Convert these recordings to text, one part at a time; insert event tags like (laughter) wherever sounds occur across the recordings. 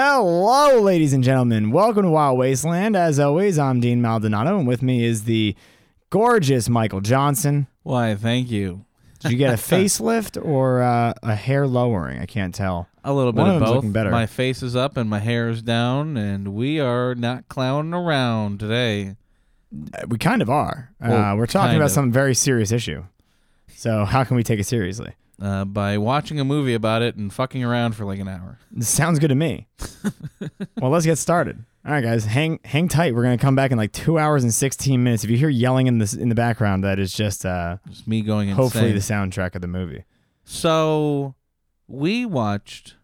Hello, ladies and gentlemen. Welcome to Wild Wasteland. As always, I'm Dean Maldonado, and with me is the gorgeous Michael Johnson. Why, thank you. Did you get (laughs) a facelift or uh, a hair lowering? I can't tell. A little bit One of of them's both. looking better. My face is up and my hair is down, and we are not clowning around today. Uh, We kind of are. Uh, Well, we're talking kind about of. some very serious issue. So how can we take it seriously? Uh, by watching a movie about it and fucking around for like an hour. This sounds good to (laughs) me. well, let's get started. All right, guys, hang hang tight. We're gonna come back in like two hours and sixteen minutes. If you hear yelling in this in the background, that is just uh, Just me going insane. hopefully the soundtrack of the movie. So we watched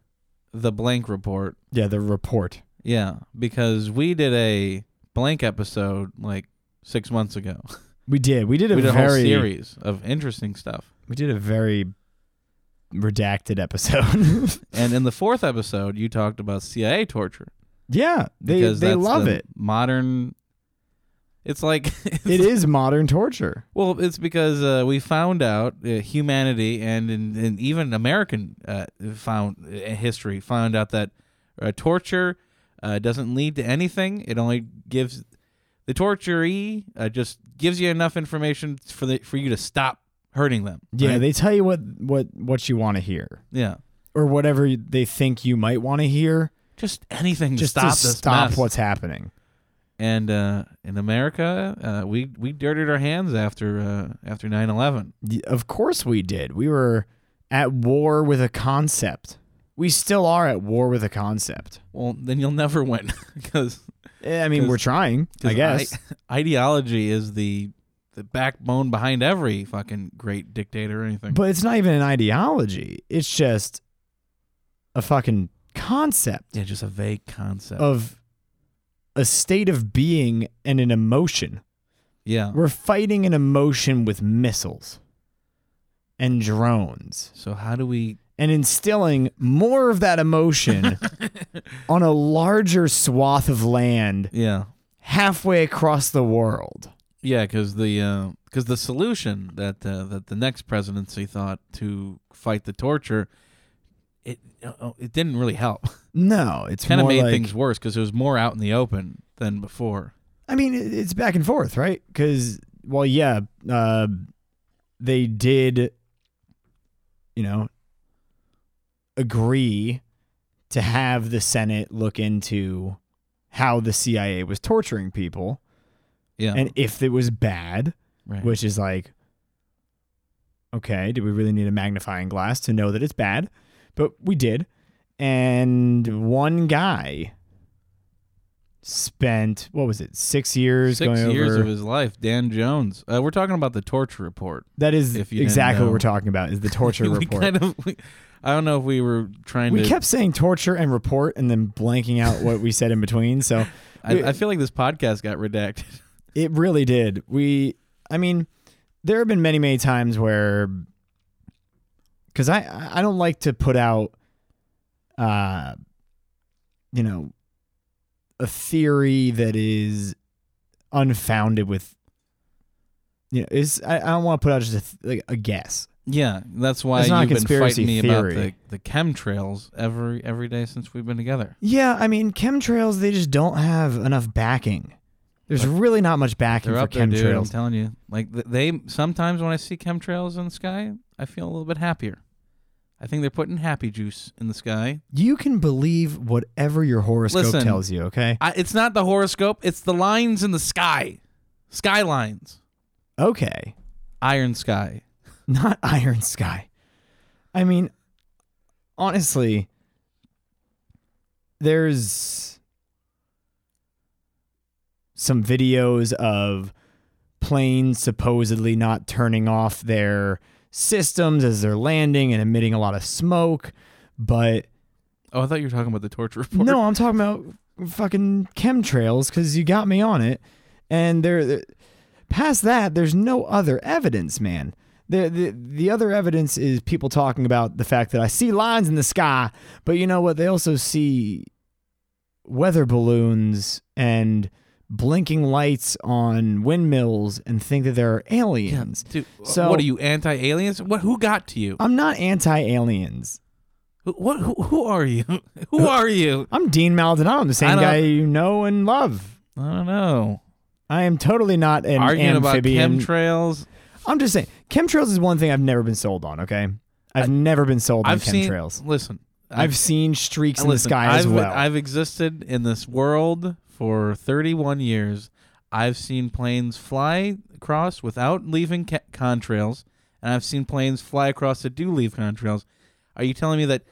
the blank report. Yeah, the report. Yeah, because we did a blank episode like six months ago. We did. We did a we did a very whole series of interesting stuff. we did a very redacted episode. (laughs) And in the fourth episode, you talked about CIA torture. yeah, they because they that's love the it. Modern. It's like (laughs) It is modern torture. well, it's because uh, we found out uh, humanity and, and, and even American uh, found uh, history found out that uh, torture uh, doesn't lead to anything. It only gives the torturee uh, just gives you enough information for the for you to stop hurting them. Yeah, right? they tell you what what what you want to hear yeah, or whatever you- they think you might want to hear. just anything Just to to stop this stop mess. what's happening. and uh, in America, uh, we we dirtied our hands after uh, after 9/11. Y- Of course we did. We were at war with a concept. We still are at war with a concept. Well, then you'll never win (laughs) because Eh, I mean, we're trying, I guess. ideology is the the backbone behind every fucking great dictator or anything. but it's not even an ideology. It's just a fucking concept. yeah, just a vague concept. of a state of being and an emotion. yeah. We're fighting an emotion with missiles and drones So how do (laughs) we? and instilling more of that (laughs) emotion on a larger swath of land Yeah, halfway across the world. yeah, because the because the solution that uh, that the next presidency thought to fight the torture, it uh, it didn't really help. No, it's kind of more made like- things worse because it was more out in the open than before. I mean, it- it's back and forth, right? Because, well, yeah, uh, they did, you know, agree to have the Senate look into how the CIA was torturing people Yeah, and if it was bad, right. which is like, okay, do we really need a magnifying glass to know that it's bad? But we did. And one guy spent, what was it, six years six going years over. of his life. Dan Jones. Uh, we're talking about the torture report. that is if you didn't exactly what know. we're talking about (laughs) is the torture we report. kind of. We, I don't know if we were trying we to. kept saying torture and report and then blanking out what we said in between. So I, I feel like this podcast got redacted. (laughs) It really did. We, I mean, there have been many, many times where, because I, I don't like to put out, uh, you know, a theory that is unfounded with, you know, is I, I don't want to put out just a, th- like a guess. Yeah, that's why It's not a you've been conspiracy fighting me about the, theory. the chemtrails every every day since we've been together. Yeah, I mean, chemtrails they just don't have enough backing. There's really not much backing They're for up there, dude. I'm chemtrails. telling you. Like th- they sometimes when I see chemtrails in the sky, I feel a little bit happier. I think they're putting happy juice in the sky. you can believe whatever your horoscope Listen, tells you, okay? I, it's not the horoscope. It's the lines in the sky, skylines, Okay. iron sky. (laughs) not Iron Sky. I mean, honestly, there's some videos of planes supposedly not turning off their systems as they're landing and emitting a lot of smoke, but Oh, I thought you were talking about the torture (laughs) report. no, I'm talking about fucking chemtrails because you got me on it. And there, there- past that, there's no other evidence, man. The, the the other evidence is people talking about the fact that I see lines in the sky, but you know what? They also see weather balloons and blinking lights on windmills and think that there are Yeah, aliens. dude, So- what are you anti aliens? What? Who got to you? I'm not anti aliens. Who- What? Who, who are you? (laughs) who are you? I'm Dean Maldonado, the I same don't- guy you know and love. I don't know. I am totally not an Arguing amphibian. about chemtrails. I'm just saying, chemtrails is one thing I've never been sold on. Okay, I've never been sold on I've seen. chemtrails. Listen, I've, seen streaks in the listen, sky I've, as well. I've existed in this world for 31 years. I've seen planes fly across without leaving ca- contrails, and I've seen planes fly across that do leave contrails. Are you telling me that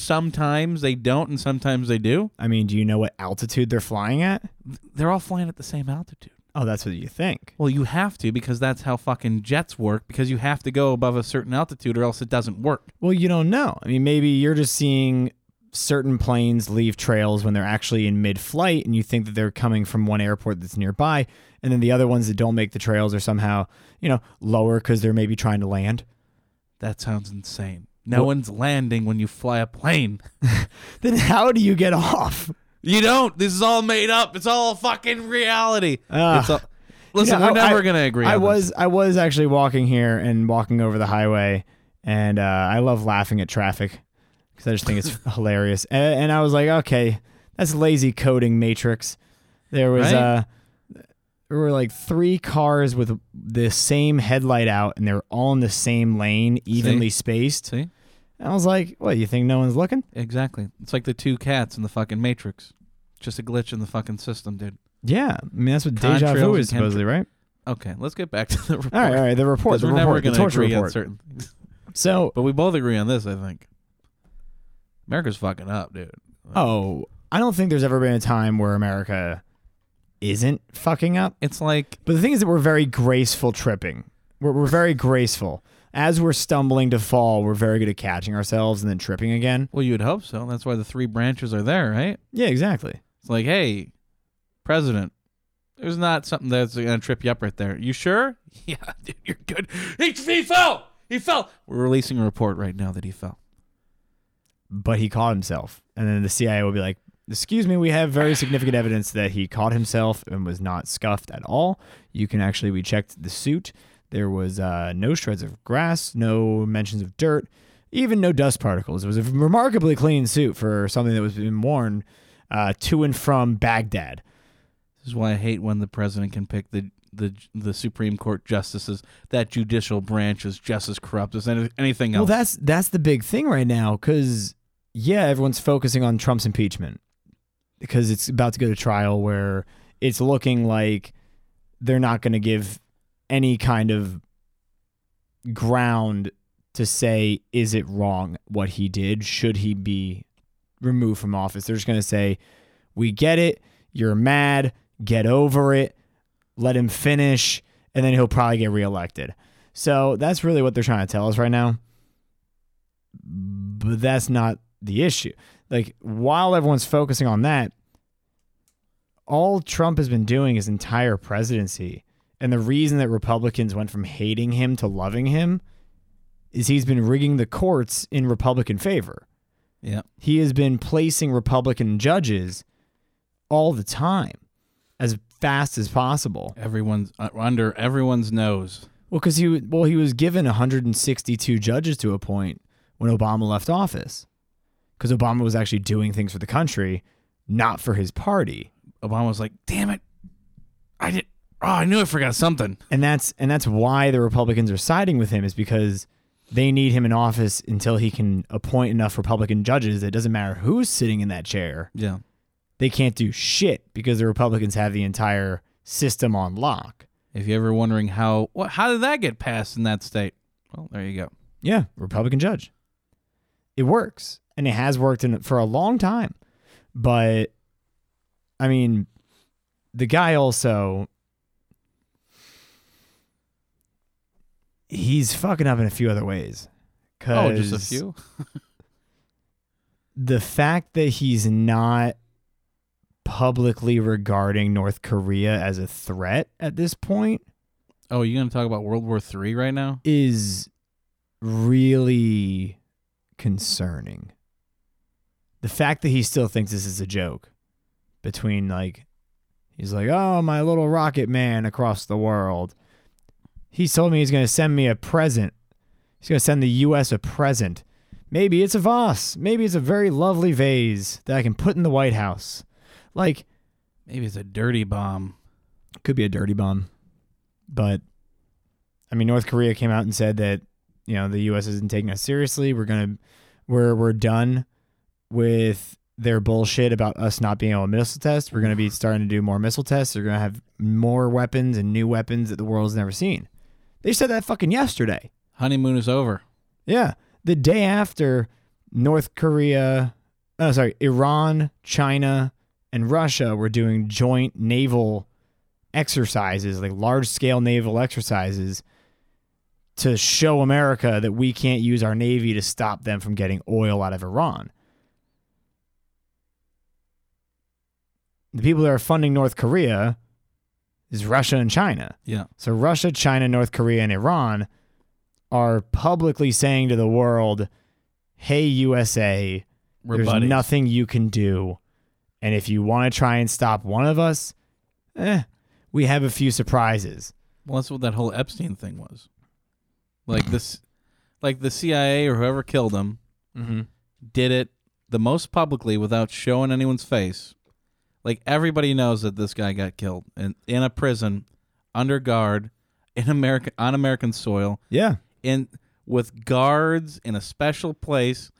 sometimes they don't and sometimes they do? I mean, do you know what altitude they're flying at? They're all flying at the same altitude. Oh, that's what you think. Well, you have to because that's how fucking jets work because you have to go above a certain altitude or else it doesn't work. Well, you don't know. I mean, maybe you're just seeing certain planes leave trails when they're actually in mid flight and you think that they're coming from one airport that's nearby. And then the other ones that don't make the trails are somehow, you know, lower because they're maybe trying to land. (laughs) That sounds insane. No one's landing when you fly a plane. Then how do you get off? You don't. This is all made up. It's all fucking reality. Ugh. it's all, You listen, know, we're I- never I- gonna agree. I on this. was I was actually walking here and walking over the highway, and uh, I love laughing at traffic because I just think (laughs) it's hilarious. And, and I was like, okay, that's lazy coding matrix. There was Right? uh, there were like three cars with the same headlight out, and they were all in the same lane, evenly spaced. See, And I was like, what? You think no one's looking? exactly. It's like the two cats in the fucking Matrix. Just a glitch in the fucking system, dude. Yeah, I mean that's what deja Contrails vu and is supposedly, right? Okay, let's get back (laughs) to the report. All right, all right. The report, 'Cause the we're never report, the gonna torture agree on report. certain things, So but we both agree on this. I think America's fucking up, dude. Oh, I don't think there's ever been a time where America isn't fucking up. It's like But the thing is that we're very graceful tripping. We're, we're very graceful. As we're stumbling to fall, we're very good at catching ourselves and then tripping again. well, you'd hope so. That's why the three branches are there, right? Yeah, exactly. It's like, hey, president, there's not something that's gonna trip you up right there. You sure? (laughs) Yeah, dude, you're good. He, he fell. He fell. We're releasing a report right now that he fell. But he caught himself. And then the CIA will be like, Excuse me, we have very significant evidence that he caught himself and was not scuffed at all. You can actually, we checked the suit. There was uh, no shreds of grass, no mentions of dirt, even no dust particles. It was a remarkably clean suit for something that was being worn uh, to and from Baghdad. This is why I hate when the president can pick the the the Supreme Court justices. That judicial branch is just as corrupt as any, anything Well, else. that's that's the big thing right now because yeah, everyone's focusing on Trump's impeachment because it's about to go to trial where it's looking like they're not going to give any kind of ground to say is it wrong what he did should he be removed from office they're just going to say we get it you're mad get over it let him finish and then he'll probably get reelected so that's really what they're trying to tell us right now but that's not the issue. Like while everyone's focusing on that, all Trump has been doing his entire presidency, and the reason that Republicans went from hating him to loving him is he's been rigging the courts in Republican favor. yeah, He has been placing Republican judges all the time as fast as possible. everyone's uh, under everyone's nose. Well, because he well he was given 162 judges to appoint when Obama left office, because Obama was actually doing things for the country, not for his party, Obama's like, damn it, I did. Oh, I knew I forgot something. and that's and that's why the Republicans are siding with him is because they need him in office until he can appoint enough Republican judges. It doesn't matter who's sitting in that chair; Yeah. they can't do shit because the Republicans have the entire system on lock. If you're ever wondering how what, how did that get passed in that state, well, there you go. Yeah, Republican judge. It works, and it has worked in, for a long time. But I mean, the guy also he's fucking up in a few other ways. Oh, just a 'Cause few. The fact that he's not publicly regarding North Korea as a threat at this point Oh, you gonna talk about World War Three right now? is really concerning. The fact that he still thinks this is a joke between like he's like, "Oh, my little rocket man across the world." He told me he's going to send me a present. He's going to send the US a present Maybe it's a vase. Maybe it's a very lovely vase that I can put in the White House. Like, Maybe it's a dirty bomb. could be a dirty bomb. But I mean, North Korea came out and said that you know the U.S. isn't taking us seriously. We're gonna we're we're done with their bullshit about us not being able to missile test. We're gonna be starting to do more missile tests. They're gonna have more weapons and new weapons that the world's never seen. They said that fucking yesterday. Honeymoon is over. Yeah, the day after North Korea, oh sorry, Iran, China, and Russia were doing joint naval exercises, like large scale naval exercises, to show America that we can't use our navy to stop them from getting oil out of Iran. The people that are funding North Korea is Russia and China. Yeah. So Russia, China, North Korea, and Iran are publicly saying to the world, "Hey USA, We're there's buddies. nothing you can do, and if you want to try and stop one of us, eh, we have a few surprises." Well, that's what that whole Epstein thing was. Like this, like the CIA or whoever killed him Mm-hmm. did it the most publicly without showing anyone's face. Like everybody knows that this guy got killed in, in a prison, under guard, in America on American soil, Yeah, in with guards in a special place.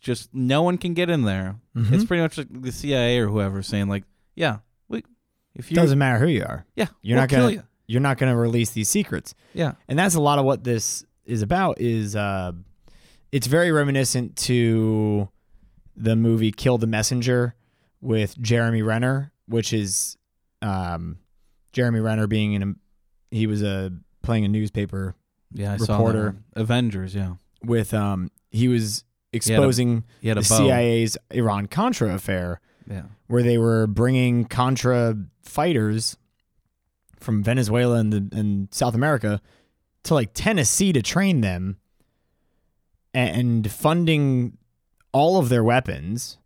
Just no one can get in there. Mhm. It's pretty much like the CIA or whoever saying like, yeah, we if you doesn't matter who you are. yeah, You're we'll not kill gonna you. you're not gonna release these secrets, Yeah. and that's a lot of what this is about. Is uh, it's very reminiscent to the movie Kill the Messenger with Jeremy Renner, which is um, Jeremy Renner being in a he was a playing a newspaper Yeah, I Reporter. saw that. Avengers, yeah. with um he was exposing He had a the bow. CIA's Iran Contra affair Yeah. where they were bringing Contra fighters from Venezuela and the, and South America to like Tennessee to train them and funding all of their weapons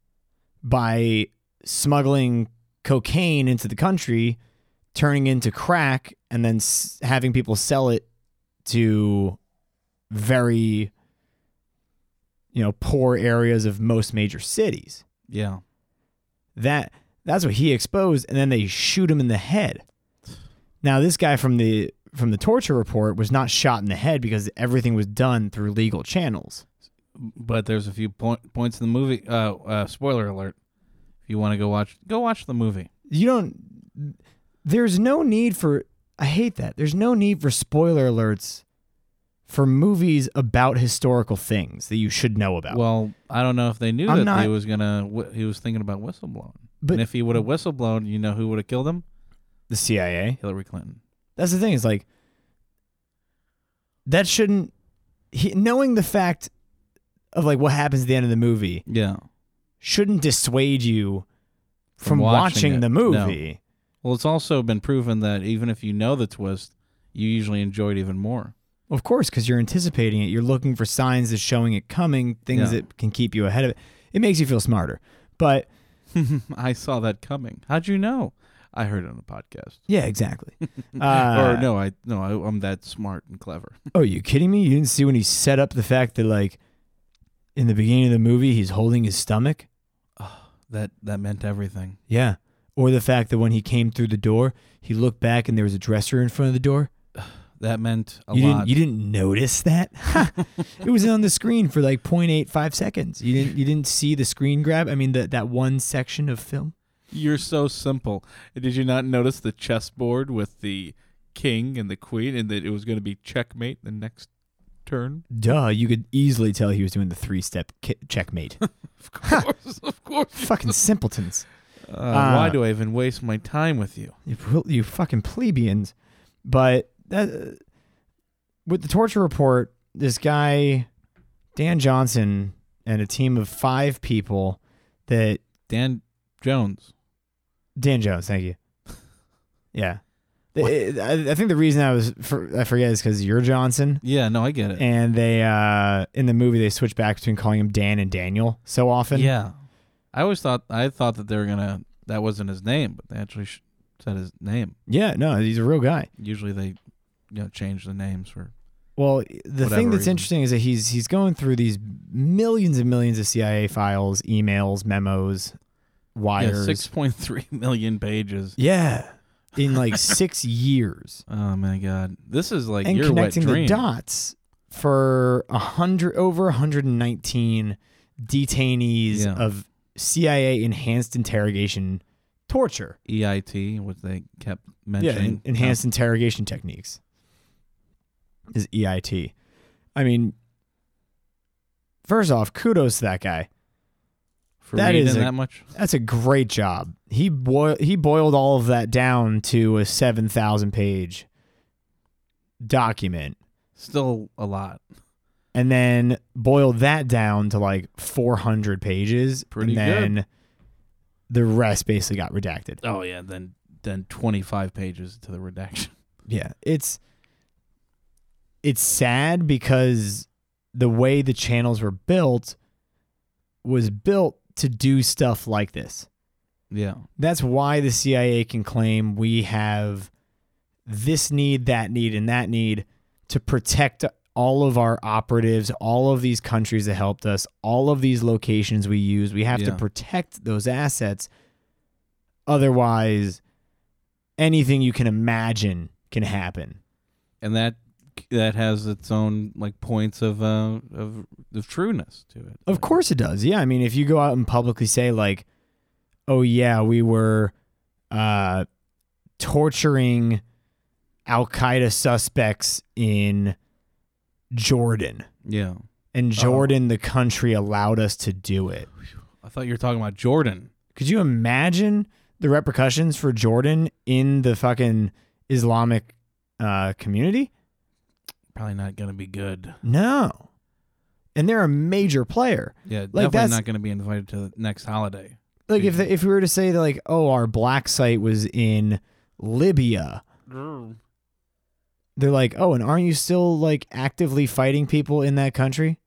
by smuggling cocaine into the country, turning into crack, and then s- having people sell it to very you know poor areas of most major cities Yeah. that that's what he exposed and then they shoot him in the head now this guy from the from the torture report was not shot in the head because everything was done through legal channels But there's a few point, points in the movie. Uh, uh, spoiler alert. If you want to go watch, go watch the movie. you don't there's no need for i hate that there's no need for spoiler alerts for movies about historical things that you should know about Well, I don't know if they knew I'm that not- he was gonna. Wh- he was thinking about whistleblowing. But- and if he would have whistleblown, you know who would have killed him? the cia Hillary Clinton. that's the thing is like that shouldn't he, knowing the fact of like what happens at the end of the movie Yeah. shouldn't dissuade you from, From watching watching, it, the no. movie. Well, it's also been proven that even if you know the twist, you usually enjoy it even more. (laughs) Of course, because you're anticipating it. You're looking for signs that's showing it coming, things Yeah. that can keep you ahead of it. It makes you feel smarter. But I saw that coming. How'd you know? I heard it on a podcast. yeah, (laughs) exactly. or Uh, no, I no, I, I'm that smart and clever. Oh, are you kidding me? You didn't see when he set up the fact that, like, in the beginning of the movie, he's holding his stomach? (laughs) that that meant everything. Yeah. Or the fact that when he came through the door, he looked back and there was a dresser in front of the door? That meant a you lot. didn't you didn't notice that? (laughs) Ha! it was on the screen for like 0.85 seconds. You didn't you didn't see the screen grab? I mean that that one section of film? You're so simple. Did you not notice the chessboard with the king and the queen, and that it was going to be checkmate the next turn? Duh, you could easily tell he was doing the three-step ki- (laughs) checkmate. (laughs) Of (laughs) course, of course. fucking simpletons. Uh, why do I even waste my time with you? You, pl- you fucking plebeians. But that, uh, with the torture report, this guy Dan Johnson and a team of 5 people that Dan Jones. Dan Jones, thank you. (laughs) Yeah. The- I I think the reason I was for, I forget is because you're Johnson, Yeah, no, I get it. and they uh, in the movie they switch back between calling him Dan and Daniel so often. yeah, I always thought I thought that they were gonna. That wasn't his name, but they actually sh- said his name. yeah, no, he's a real guy. Usually they, you know, change the names for Well, the Whatever thing that's reason. interesting is that he's he's going through these millions and millions of CIA files, emails, memos, Yeah, wires. six point three million pages. Yeah. In like (laughs) six years. Oh my god, this is like and your connecting wet dream. the dots for a hundred over 119 detainees Yeah. of CIA enhanced interrogation torture. E EIT, which they kept yeah, mentioning. en- enhanced interrogation techniques is EIT. I mean, first off, kudos to that guy. for that reading is a- that much. That's a great job. He boil he boiled all of that down to a seven thousand page document. Still a lot. and then boiled that down to like 400 pages Pretty and then the rest basically got redacted Oh yeah, then then twenty five pages to the (laughs) redaction. yeah it's it's sad because the way the channels were built was built to do stuff like this Yeah, that's why the CIA can claim we have this need, that need, and that need to protect all of our operatives, all of these countries that helped us, all of these locations we use. We have to Yeah. protect those assets. Otherwise, anything you can imagine can happen. and that that has its own like points of uh of of trueness to it. Of course it does. Yeah, I mean, if you go out and publicly say like, "Oh yeah, we were uh, torturing Al Qaeda suspects in Jordan, Yeah, and Jordan, the country, allowed us to do it." I thought you were talking about Jordan. Could you imagine the repercussions for Jordan in the fucking Islamic uh, community? Probably not gonna be good. No, and they're a major player. Yeah, definitely that's- not gonna be invited to the next holiday. like if Yeah. if we were to say that like oh our black site was in Libya they're like oh and aren't you still like actively fighting people in that country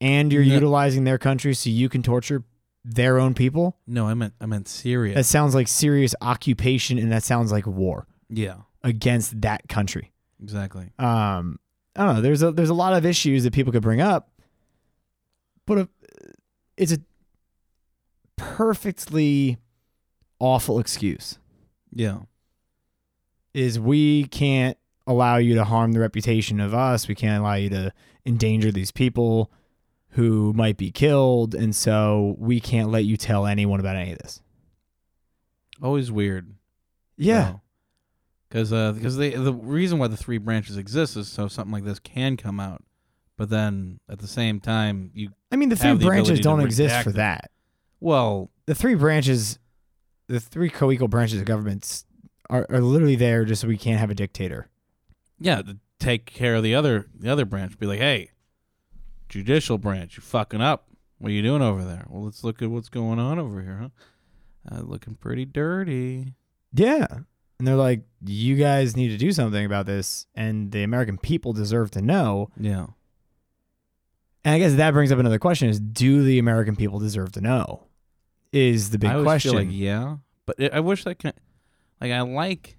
and you're No. utilizing their country so you can torture their own people No, I meant I meant Syria. that sounds like serious occupation and that sounds like war yeah, against that country exactly. um i don't know there's a there's a lot of issues that people could bring up but a, it's a perfectly awful excuse Yeah, is we can't allow you to harm the reputation of us we can't allow you to endanger these people who might be killed and so we can't let you tell anyone about any of this always weird. yeah Because because they the reason why the three branches exist is so something like this can come out, but then at the same time you i mean the three Have the branches ability to don't exist redact for it. that well the three branches, the three co-equal branches of governments are, are literally there just so we can't have a dictator. yeah to take care of the other the other branch be like hey, judicial branch you fucking up what are you doing over there well let's look at what's going on over here huh uh, looking pretty dirty Yeah. And they're like, you guys need to do something about this, and the American people deserve to know. yeah And I guess that brings up another question: Is do the American people deserve to know? Is the big I always question? feel like yeah but it, I wish that kind like I like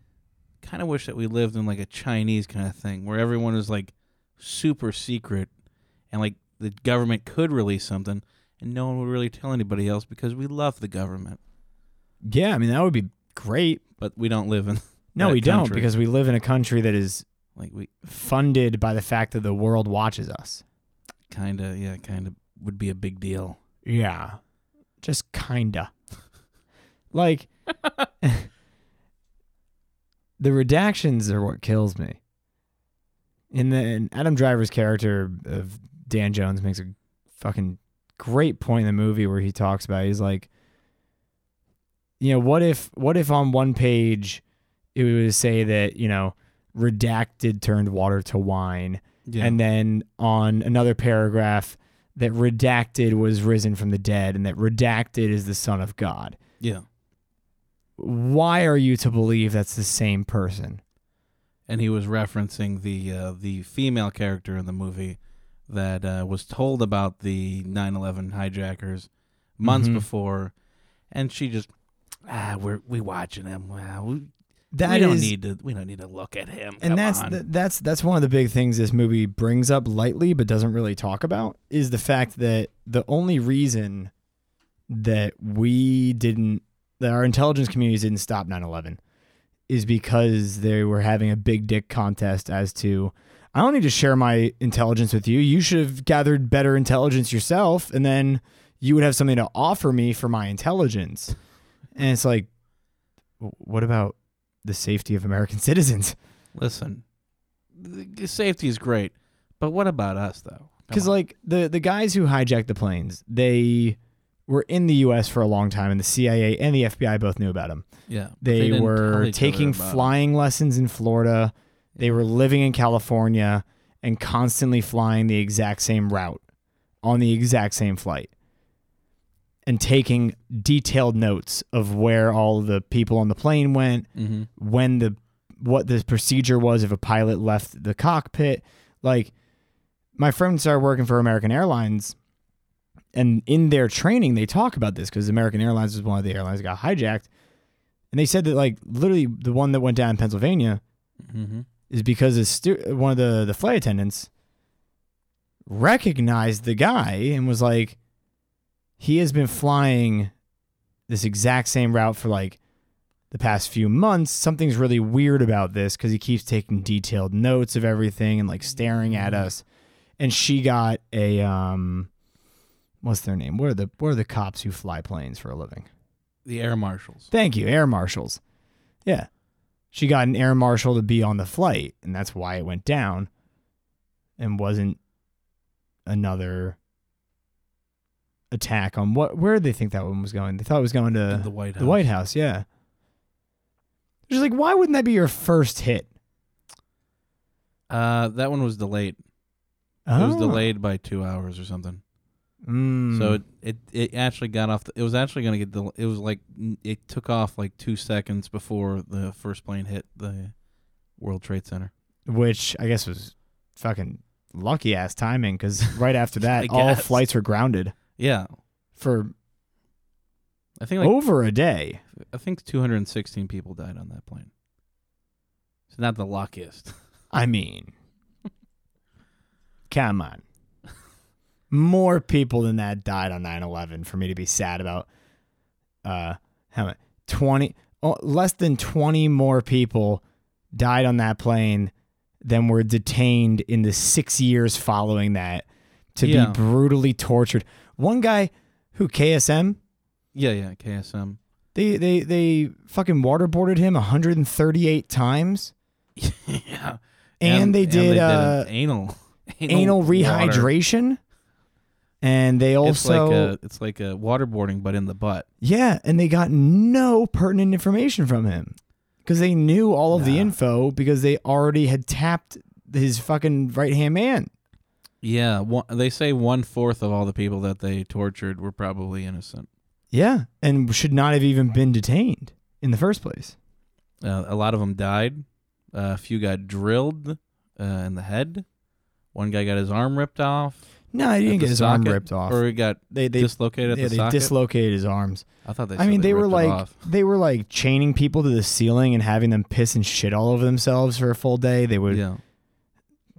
kind of wish that we lived in like a Chinese kind of thing where everyone was like super secret and like the government could release something and no one would really tell anybody else because we love the government yeah, I mean that would be great. but we don't live in (laughs) No, That we don't country. because we live in a country that is like we funded by the fact that the world watches us. kind of yeah kind of would be a big deal Yeah. Just kinda. (laughs) like (laughs) the redactions are what kills me. And then Adam Driver's character of Dan Jones makes a fucking great point in the movie where he talks about he's like you know, what if what if on one page it would say that, you know, redacted turned water to wine yeah and then on another paragraph that redacted was risen from the dead and that redacted is the son of god yeah why are you to believe that's the same person and he was referencing the uh, the female character in the movie that uh, was told about the 9/11 hijackers months Mhm. before, and she just ah we're we watching them. Wow, we, That we don't is- need to. We don't need to look at him. and Come that's on. th- that's that's one of the big things this movie brings up lightly but doesn't really talk about is the fact that the only reason that we didn't that our intelligence communities didn't stop 9/11 is because they were having a big dick contest as to I don't need to share my intelligence with you. You should have gathered better intelligence yourself and then you would have something to offer me for my intelligence. And it's like w- what about the safety of American (laughs) citizens? Listen, the safety is great, but what about us though? Come Because on. like the the guys who hijacked the planes, they were in the U.S. for a long time, and the CIA and the FBI both knew about them. yeah, but They, didn't tell were each other taking about it. flying lessons in Florida. They were living in California and constantly flying the exact same route on the exact same flight and taking detailed notes of where all the people on the plane went, Mhm. when the what the procedure was if a pilot left the cockpit. Like my friend started working for American Airlines and in their training they talk about this because American Airlines was one of the airlines that got hijacked. And they said that like literally the one that went down in Pennsylvania Mhm. is because a stu- one of the, the flight attendants recognized the guy and was like, he has been flying this exact same route for like the past few months. Something's really weird about this because he keeps taking detailed notes of everything and like staring at us. And she got a um, what's their name? What are the what are the cops who fly planes for a living? The air marshals. Thank you, air marshals. Yeah. She got an air marshal to be on the flight, and that's why it went down and wasn't another attack on what where did they think that one was going? They thought it was going to the White House. the White House, yeah. Just like why wouldn't that be your first hit? Uh, that one was delayed. It Oh. was delayed by two hours or something. Mm. So it, it it actually got off. The, it was actually going to get. Del- it was like it took off like two seconds before the first plane hit the World Trade Center. which I guess was fucking lucky ass timing because right after (laughs) that I all guess. flights were grounded Yeah, for I think like over a day. I think 216 people died on that plane. It's not the luckiest. (laughs) I mean, come on. More people than that died on 9 11 for me to be sad about. Uh, how many? 20, oh, less than 20 more people died on that plane than were detained in the six years following that to Yeah. be brutally tortured. One guy who KSM, Yeah, (laughs) yeah, KSM. they, they, they fucking waterboarded him 138 times. yeah, And, they did, uh, an anal, (laughs) anal water. rehydration. And they It's like also, a, it's like a waterboarding, but in the butt. yeah, and they got no pertinent information from him because they knew all of the Nah. info because they already had tapped his fucking right hand man. Yeah, one, they say one fourth of all the people that they tortured were probably innocent. Yeah, and should not have even been detained in the first place. Uh, a lot of them died. Uh, a few got drilled uh, in the head. One guy got his arm ripped off. No, he at didn't the get his arm socket, ripped off. or he got they they, dislocated at yeah, the they socket. dislocated his arms. I thought they. I said mean, they, they were ripped it like off. they were like chaining people to the ceiling and having them piss and shit all over themselves for a full day. They would yeah.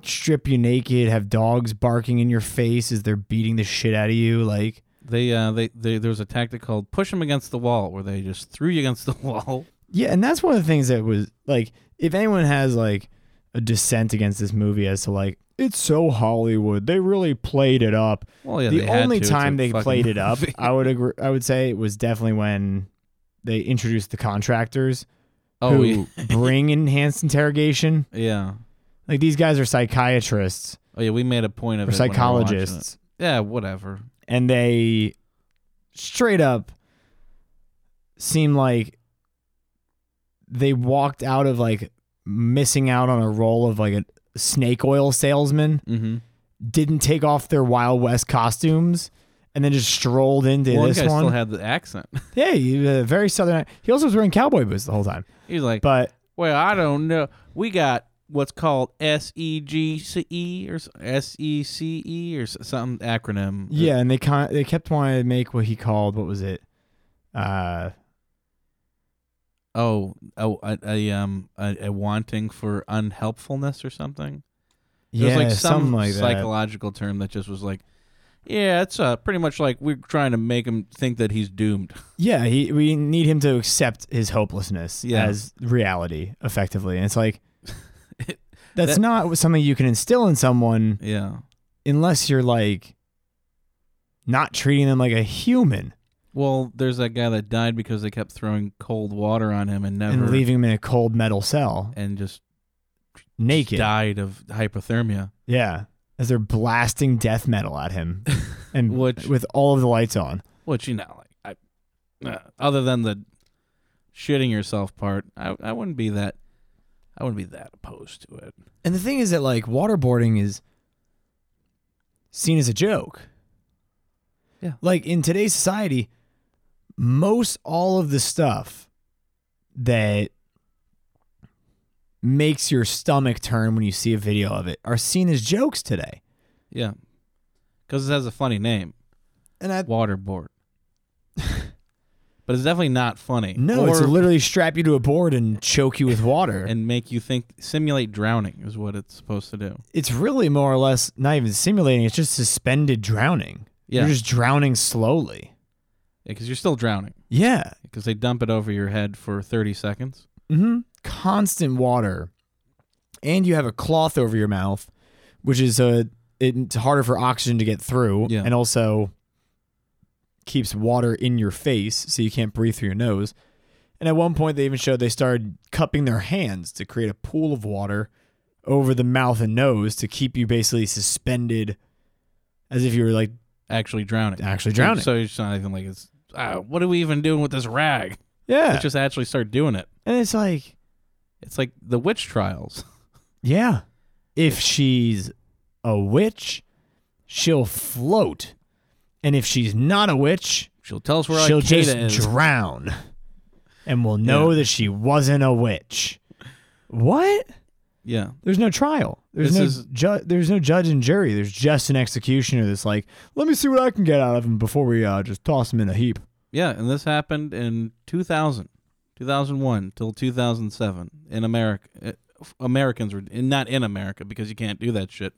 strip you naked, have dogs barking in your face as they're beating the shit out of you. Like, They, uh, they, they, there was a tactic called push them against the wall, where they just threw you against the (laughs) wall. yeah, and that's one of the things that was like, if anyone has like a dissent against this movie as to like, it's so Hollywood, they really played it up. Well, yeah. the they had only to. It's a time they fucking played it (laughs) up, movie. I would agree, I would say, was definitely when they introduced the (laughs) contractors oh, yeah. who bring enhanced interrogation. yeah. Like these guys are psychiatrists Oh, yeah. We made a point of or it when we were watching it. psychologists. Yeah, whatever. and they straight up seem like they walked out of like missing out on a role of like a snake oil salesman, Mm-hmm. didn't take off their Wild West costumes, and then just strolled into one this guy still one. had the accent. (laughs) yeah, he, uh, very southern. He also was wearing cowboy boots the whole time. He's like, But well, I don't know. We got what's called S E G C E or S E C E or s- some acronym. yeah, and they kind they kept wanting to make what he called what was it, uh, Oh, oh, a, a um, a, a wanting for unhelpfulness or something. It yeah, was like some something like that. psychological term that just was like, yeah, it's uh, pretty much like we're trying to make him think that he's doomed. (laughs) Yeah, he, we need him to accept his hopelessness Yeah. as reality, effectively. And it's like, (laughs) It- that's that- not something you can instill in someone yeah. unless you're like not treating them like a human Well, there's that guy that died because they kept throwing cold water on him and never and leaving them in a cold metal cell and just naked. died of hypothermia. Yeah. As they're blasting death metal at (laughs) him and Which- with all of the lights on. Which you know, like I, uh, other than the shitting yourself part, I I wouldn't be that I wouldn't be that opposed to it. And the thing is that like waterboarding is seen as a joke. Yeah. Like in today's society, most all of the stuff that makes your stomach turn when you see a video of it are seen as jokes today. Yeah, because it has a funny name, And I waterboard. (laughs) but it's definitely not funny. no, it's Or- literally strap you to a board and choke you with water. and make you think simulate drowning is what it's supposed to do. it's really more or less not even simulating, it's just suspended drowning. Yeah, You're just drowning slowly. because you're still drowning Yeah. because they dump it over your head for 30 seconds. Mm-hmm. Constant water. And you have a cloth over your mouth, which is a it's harder for oxygen to get through Yeah. and also keeps water in your face so you can't breathe through your nose. And at one point they even showed they started cupping their hands to create a pool of water over the mouth and nose to keep you basically suspended as if you were like Actually drowning. actually drowning. So it's not even like it's. Ah, what are we even doing with this rag? yeah. Let's just actually start doing it. and it's like It's like the witch trials. Yeah. If she's a witch, she'll float. And if she's not a witch, She'll tell us where she'll Ikeda just is. drown. And we'll know Yeah. that she wasn't a witch. What? yeah, There's no trial. There's This no is- ju- there's no judge and jury. There's just an executioner that's like, let me see what I can get out of him before we uh, just toss him in a heap. yeah. And this happened in 2000, 2001 till 2007 in America. Uh, f- Americans were in, not in America because you can't do that shit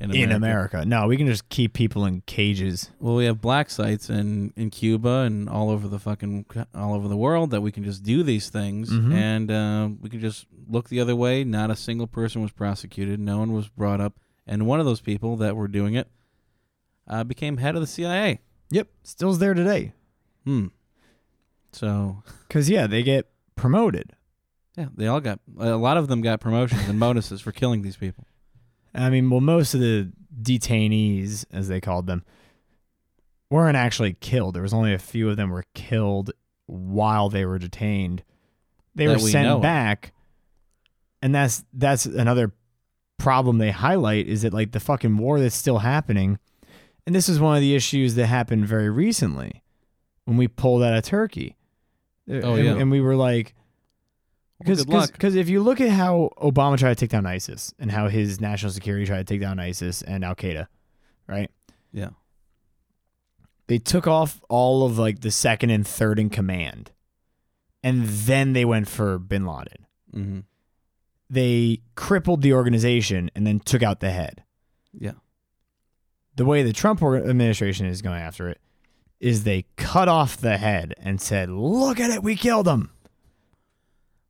in America. In America. No, we can just keep people in cages. Well, we have black sites in in Cuba and all over the fucking all over the world that we can just do these things, Mhm. and uh, we can just look the other way. Not a single person was prosecuted. No one was brought up, and one of those people that were doing it uh, became head of the CIA. Yep. Still's there today. Hmm. So Because, yeah, they get promoted. yeah, they all got a lot of them got promotions and bonuses for killing these people. I mean, well, most of the detainees, as they called them, weren't actually killed. There was only a few of them were killed while they were detained. They That were we know sent of. back, and that's that's another problem they highlight is that like the fucking war that's still happening, and this is one of the issues that happened very recently when we pulled out of Turkey. Oh, and, yeah. and we were like, Well, because good luck. because if you look at how Obama tried to take down ISIS and how his national security tried to take down ISIS and Al Qaeda, right? Yeah. They took off all of like the second and third in command, and then they went for Bin Laden. hmm They crippled the organization and then took out the head. Yeah. The way the Trump or- administration is going after it is they cut off the head and said, "Look at it, we killed him,"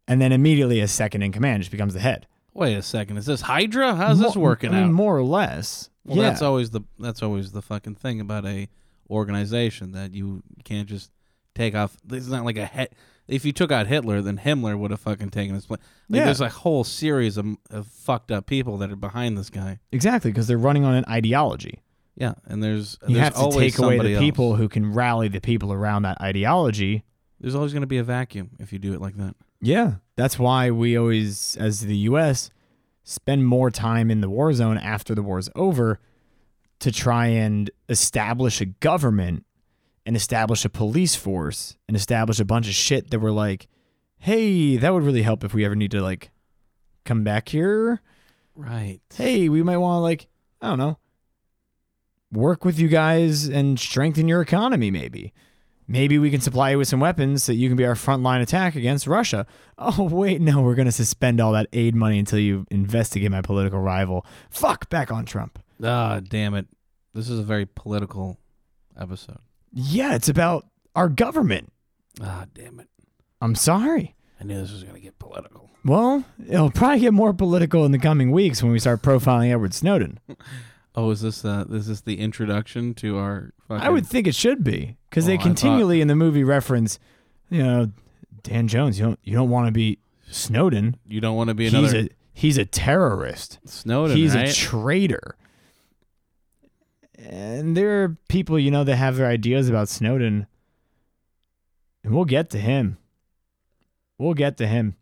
and then immediately a second in command just becomes the head. Wait a second. Is this Hydra? How's this Mo- working I mean, out? More or less. Well, yeah. that's always the that's always the fucking thing about a organization that you can't just take off. It's not like a he- if you took out Hitler, then Himmler would have fucking taken his place. Like, Yeah. There's a whole series of, of fucked up people that are behind this guy. exactly because they're running on an ideology. Yeah, and there's You there's have to always take away somebody the people Else. who can rally the people around that ideology. There's always going to be a vacuum if you do it like that. Yeah, that's why we always, as the U.S., spend more time in the war zone after the war's over to try and establish a government and establish a police force and establish a bunch of shit that we're like, hey, that would really help if we ever need to like come back here. Right. hey, we might want to like, I don't know, work with you guys and strengthen your economy maybe. Maybe we can supply you with some weapons that you can be our frontline attack against Russia. (laughs) Oh, wait, no, we're going to suspend all that aid money until you investigate my political rival. Fuck, back on Trump. Ah, damn it. This is a very political episode. Yeah, it's about our government. Ah, damn it. I'm sorry. I knew this was going to get political. Well, it'll probably get more political in the coming weeks when we start profiling Edward Snowden. Oh, is this uh is this the introduction to our fucking I would think it should be because Oh, they I thought- continually in the movie reference, you know, Dan Jones. You don't you don't want to be Snowden. you don't want to be he's another a he's a terrorist. Snowden, he's right? a traitor. And there are people you know that have their ideas about Snowden, and we'll get to him. We'll get to him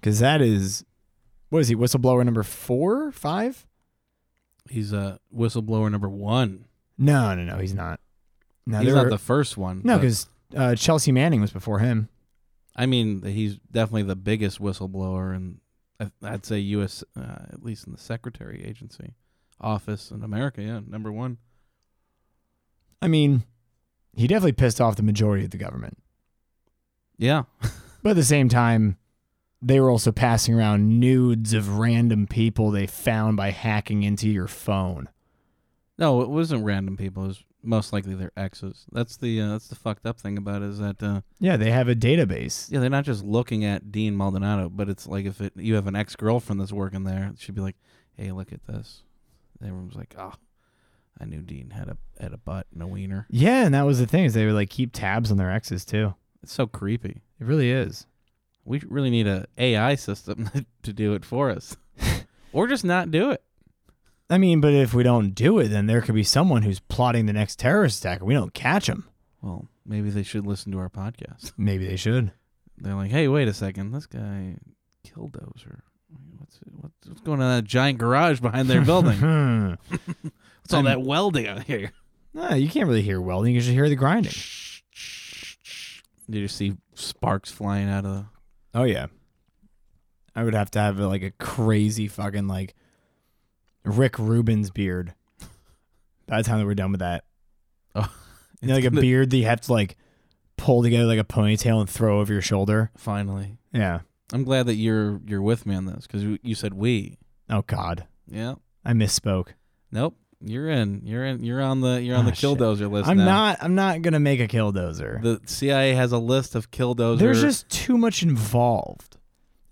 because that is what is he whistleblower number four five? he's a whistleblower number 1. No, no, no, he's not. No, he's there not were- the first one. no, but- because uh, Chelsea Manning was before him. I mean, he's definitely the biggest whistleblower, and I'd say U.S. Uh, at least in the secretary agency office in America. Yeah, number one. I mean, he definitely pissed off the majority of the government. Yeah, But at the same time, they were also passing around nudes of random people they found by hacking into your phone. no, it wasn't random people. It was most likely their exes. That's the uh, that's the fucked up thing about it is that uh, Yeah, they have a database. yeah, they're not just looking at Dean Maldonado, but it's like if it, you have an ex girlfriend that's working there, she'd be like, "Hey, look at this." And everyone's like, "Oh, I knew Dean had a had a butt and a wiener." Yeah, and that was the thing is they would like keep tabs on their exes too. It's so creepy. It really is. We really need a AI system (laughs) to do it for us, (laughs) or just not do it. I mean, but if we don't do it, then there could be someone who's plotting the next terrorist attack and we don't catch them. Well, maybe they should listen to our podcast. Maybe they should. They're like, "Hey, wait a second, this guy killdozer. What's what's, what's going on in that giant garage behind (laughs) their building? Hmm. What's all that welding out here?" (laughs) no, you can't really hear welding. You just hear the grinding. Did you see sparks flying out of? The, Oh yeah. I would have to have like a crazy fucking like Rick Rubin's beard. By the time that we're done with that, you know, It's like a gonna- beard that you have to like pull together like a ponytail and throw over your shoulder. Finally, Yeah. I'm glad that you're you're with me on this because you, you said we. Oh God, Yeah. I misspoke. Nope. You're in. You're in. You're on the. You're on Ah, the shit. killdozer list. I'm now. not. I'm not gonna make a killdozer. The CIA has a list of killdozer. There's just too much involved,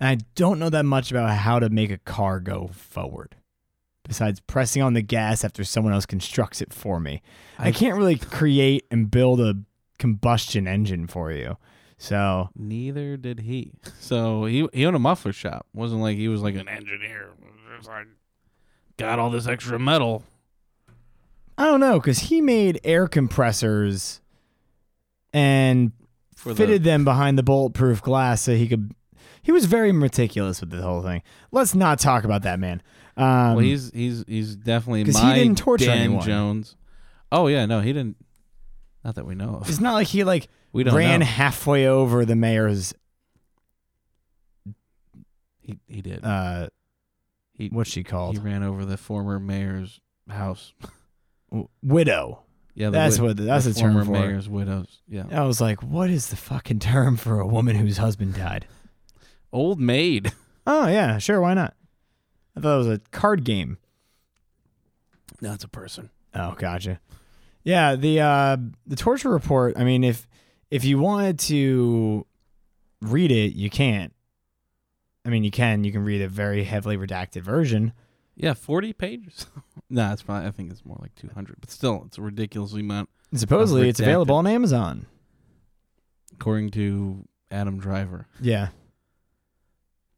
and I don't know that much about how to make a car go forward. Besides pressing on the gas after someone else constructs it for me. I I- can't really create and build a combustion engine for you. So Neither did he. So he he owned a muffler shop. wasn't like he was like an engineer. Just like got all this extra metal. I don't know because he made air compressors and For the- fitted them behind the bulletproof glass so he could. He was very meticulous with the whole thing. Let's not talk about that man. Um, well, he's he's he's definitely 'Cause he my didn't torture Dan anyone. Jones. Oh yeah, no, he didn't. Not that we know of. it's not like he like We don't ran know. halfway over the mayor's. He he did. Uh, He- what's she he called? ran over the former mayor's house. W- widow. Yeah, the That's wid- what. That's the a term former for. it. mayor's widows. Yeah, I was like, what is the fucking term for a woman whose husband died? old maid. (laughs) Oh yeah, sure, why not? I thought it was a card game. No, it's a person. Oh, gotcha. Yeah, the uh the torture report, I mean if if you wanted to read it, you can't. I mean you can, you can read a very heavily redacted version. Yeah, forty pages. (laughs) nah, it's probably. I think it's more like two hundred, but still, it's a ridiculously amount. And supposedly it's redacted. available on Amazon. According to Adam Driver, Yeah.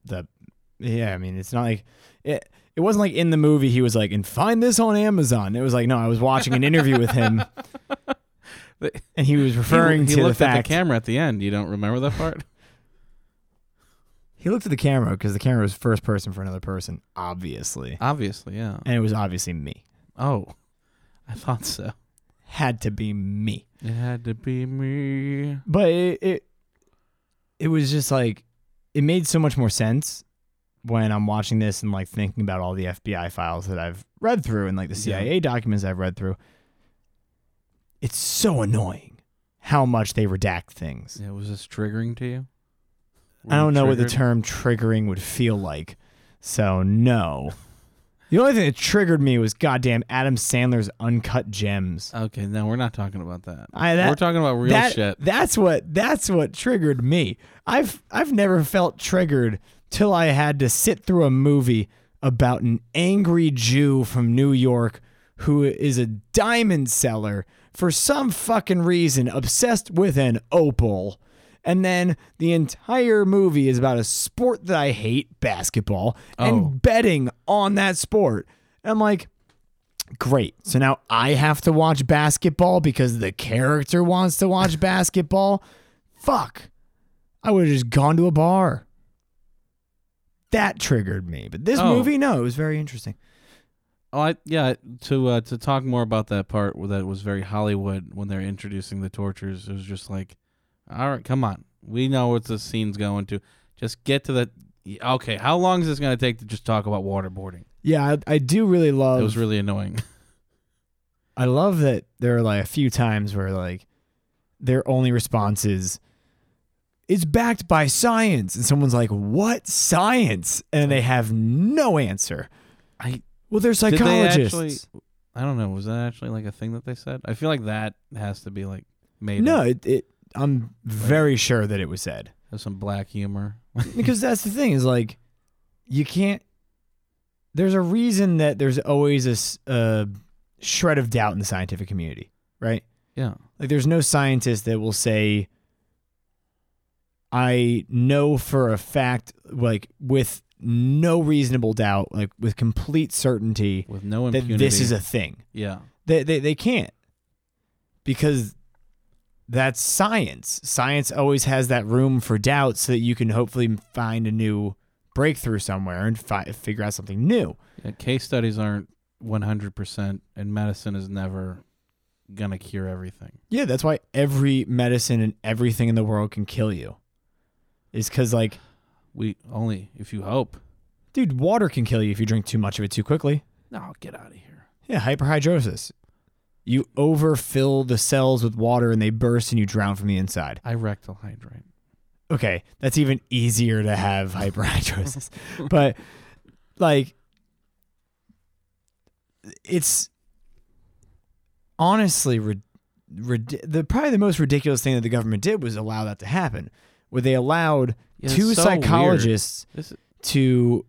The yeah, I mean it's not like it it wasn't like in the movie he was like, and find this on Amazon. It was like, no, I was watching an interview with (laughs) him But- and he was (laughs) referring he, he to the looked at fact the camera at the end. You don't remember that (laughs) part? He looked at the camera because the camera was first person for another person, Uh. obviously. Obviously, yeah. And it was obviously me. Oh, I thought so. Had to be me. It had to be me. But it it, it was just like it made so much more sense when I'm watching this and like thinking about all the FBI files that I've read through and like the Yeah. CIA documents I've read through. It's so annoying. how much they redact things. Yeah, was this triggering to you? Were I you don't know what the triggered? term triggering would feel like. So, no. the only thing that triggered me was goddamn Adam Sandler's Uncut Gems. Okay, no, we're not talking about that. I, that, we're talking about real that, shit. That's what that's what triggered me. I've I've never felt triggered till I had to sit through a movie about an angry Jew from New York who is a diamond seller for some fucking reason obsessed with an opal. And then the entire movie is about a sport that I hate, basketball, Oh. and betting on that sport. And I'm like, Great. So now I have to watch basketball because the character wants to (laughs) watch basketball. Fuck. I would have just gone to a bar. That triggered me. But this Oh. movie, no, it was very interesting. Oh, I, yeah. To uh, to talk more about that part where that was very Hollywood when they're introducing the tortures. It was just like, all right, come on, we know what this scene's going to. Just get to the. Okay, how long is this going to take to just talk about waterboarding? Yeah, I, I do really love. It was (laughs) really annoying. I love that there are like a few times where like their only response is it's backed by science, and someone's like, "What science?" and they have no answer. I Well, they're did they psychologists. actually. I don't know. Was that actually like a thing that they said? I feel like that has to be like made. No, up. it, it I'm very sure that it was said. There's some black humor. (laughs) Because that's the thing is like you can't there's a reason that there's always a s- a shred of doubt in the scientific community, right? yeah. Like there's no scientist that will say I know for a fact like with no reasonable doubt, like with complete certainty With no that impunity. this is a thing. yeah. They, they, they can't because that's science. Science always has that room for doubt so that you can hopefully find a new breakthrough somewhere and fi- figure out something new. Yeah, Uh, case studies aren't 100%, and medicine is never going to cure everything. Yeah, that's why every medicine and everything in the world can kill you. Is because, like, We only, if you hope. dude, water can kill you if you drink too much of it too quickly. No, get out of here. Yeah, hyperhidrosis. You overfill the cells with water and they burst and you drown from the inside. I rectal hydrate. okay, that's even easier to have hyperhidrosis. (laughs) but like it's honestly rid- rid- the probably the most ridiculous thing that the government did was allow that to happen, where they allowed Yeah, two it's so weird. psychologists This, to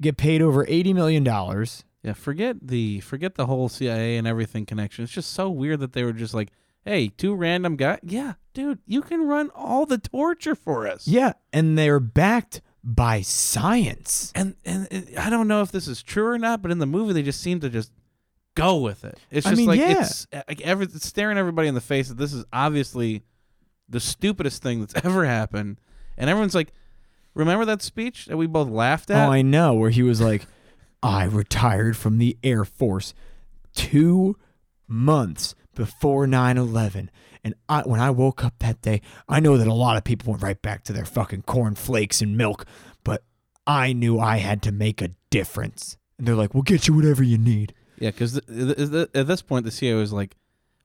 get paid over 80 million dollars. yeah, forget the forget the whole CIA and everything connection. It's just so weird that they were just like, "Hey, two random guy. Yeah, dude, you can run all the torture for us." Yeah, and they're backed by science. and and it, I don't know if this is true or not, but in the movie they just seem to just go with it. It's I just mean, like yeah. it's uh, like every, it's staring everybody in the face that this is obviously the stupidest thing that's (laughs) ever happened, and everyone's like, "Remember that speech that we both laughed at?" Oh, I know. Where he was like, I retired from the Air Force two months before 9 11. And I, when I woke up that day, I know that a lot of people went right back to their fucking corn flakes and milk, but I knew I had to make a difference. And they're like, we'll get you whatever you need. yeah, because at this point the CEO is like,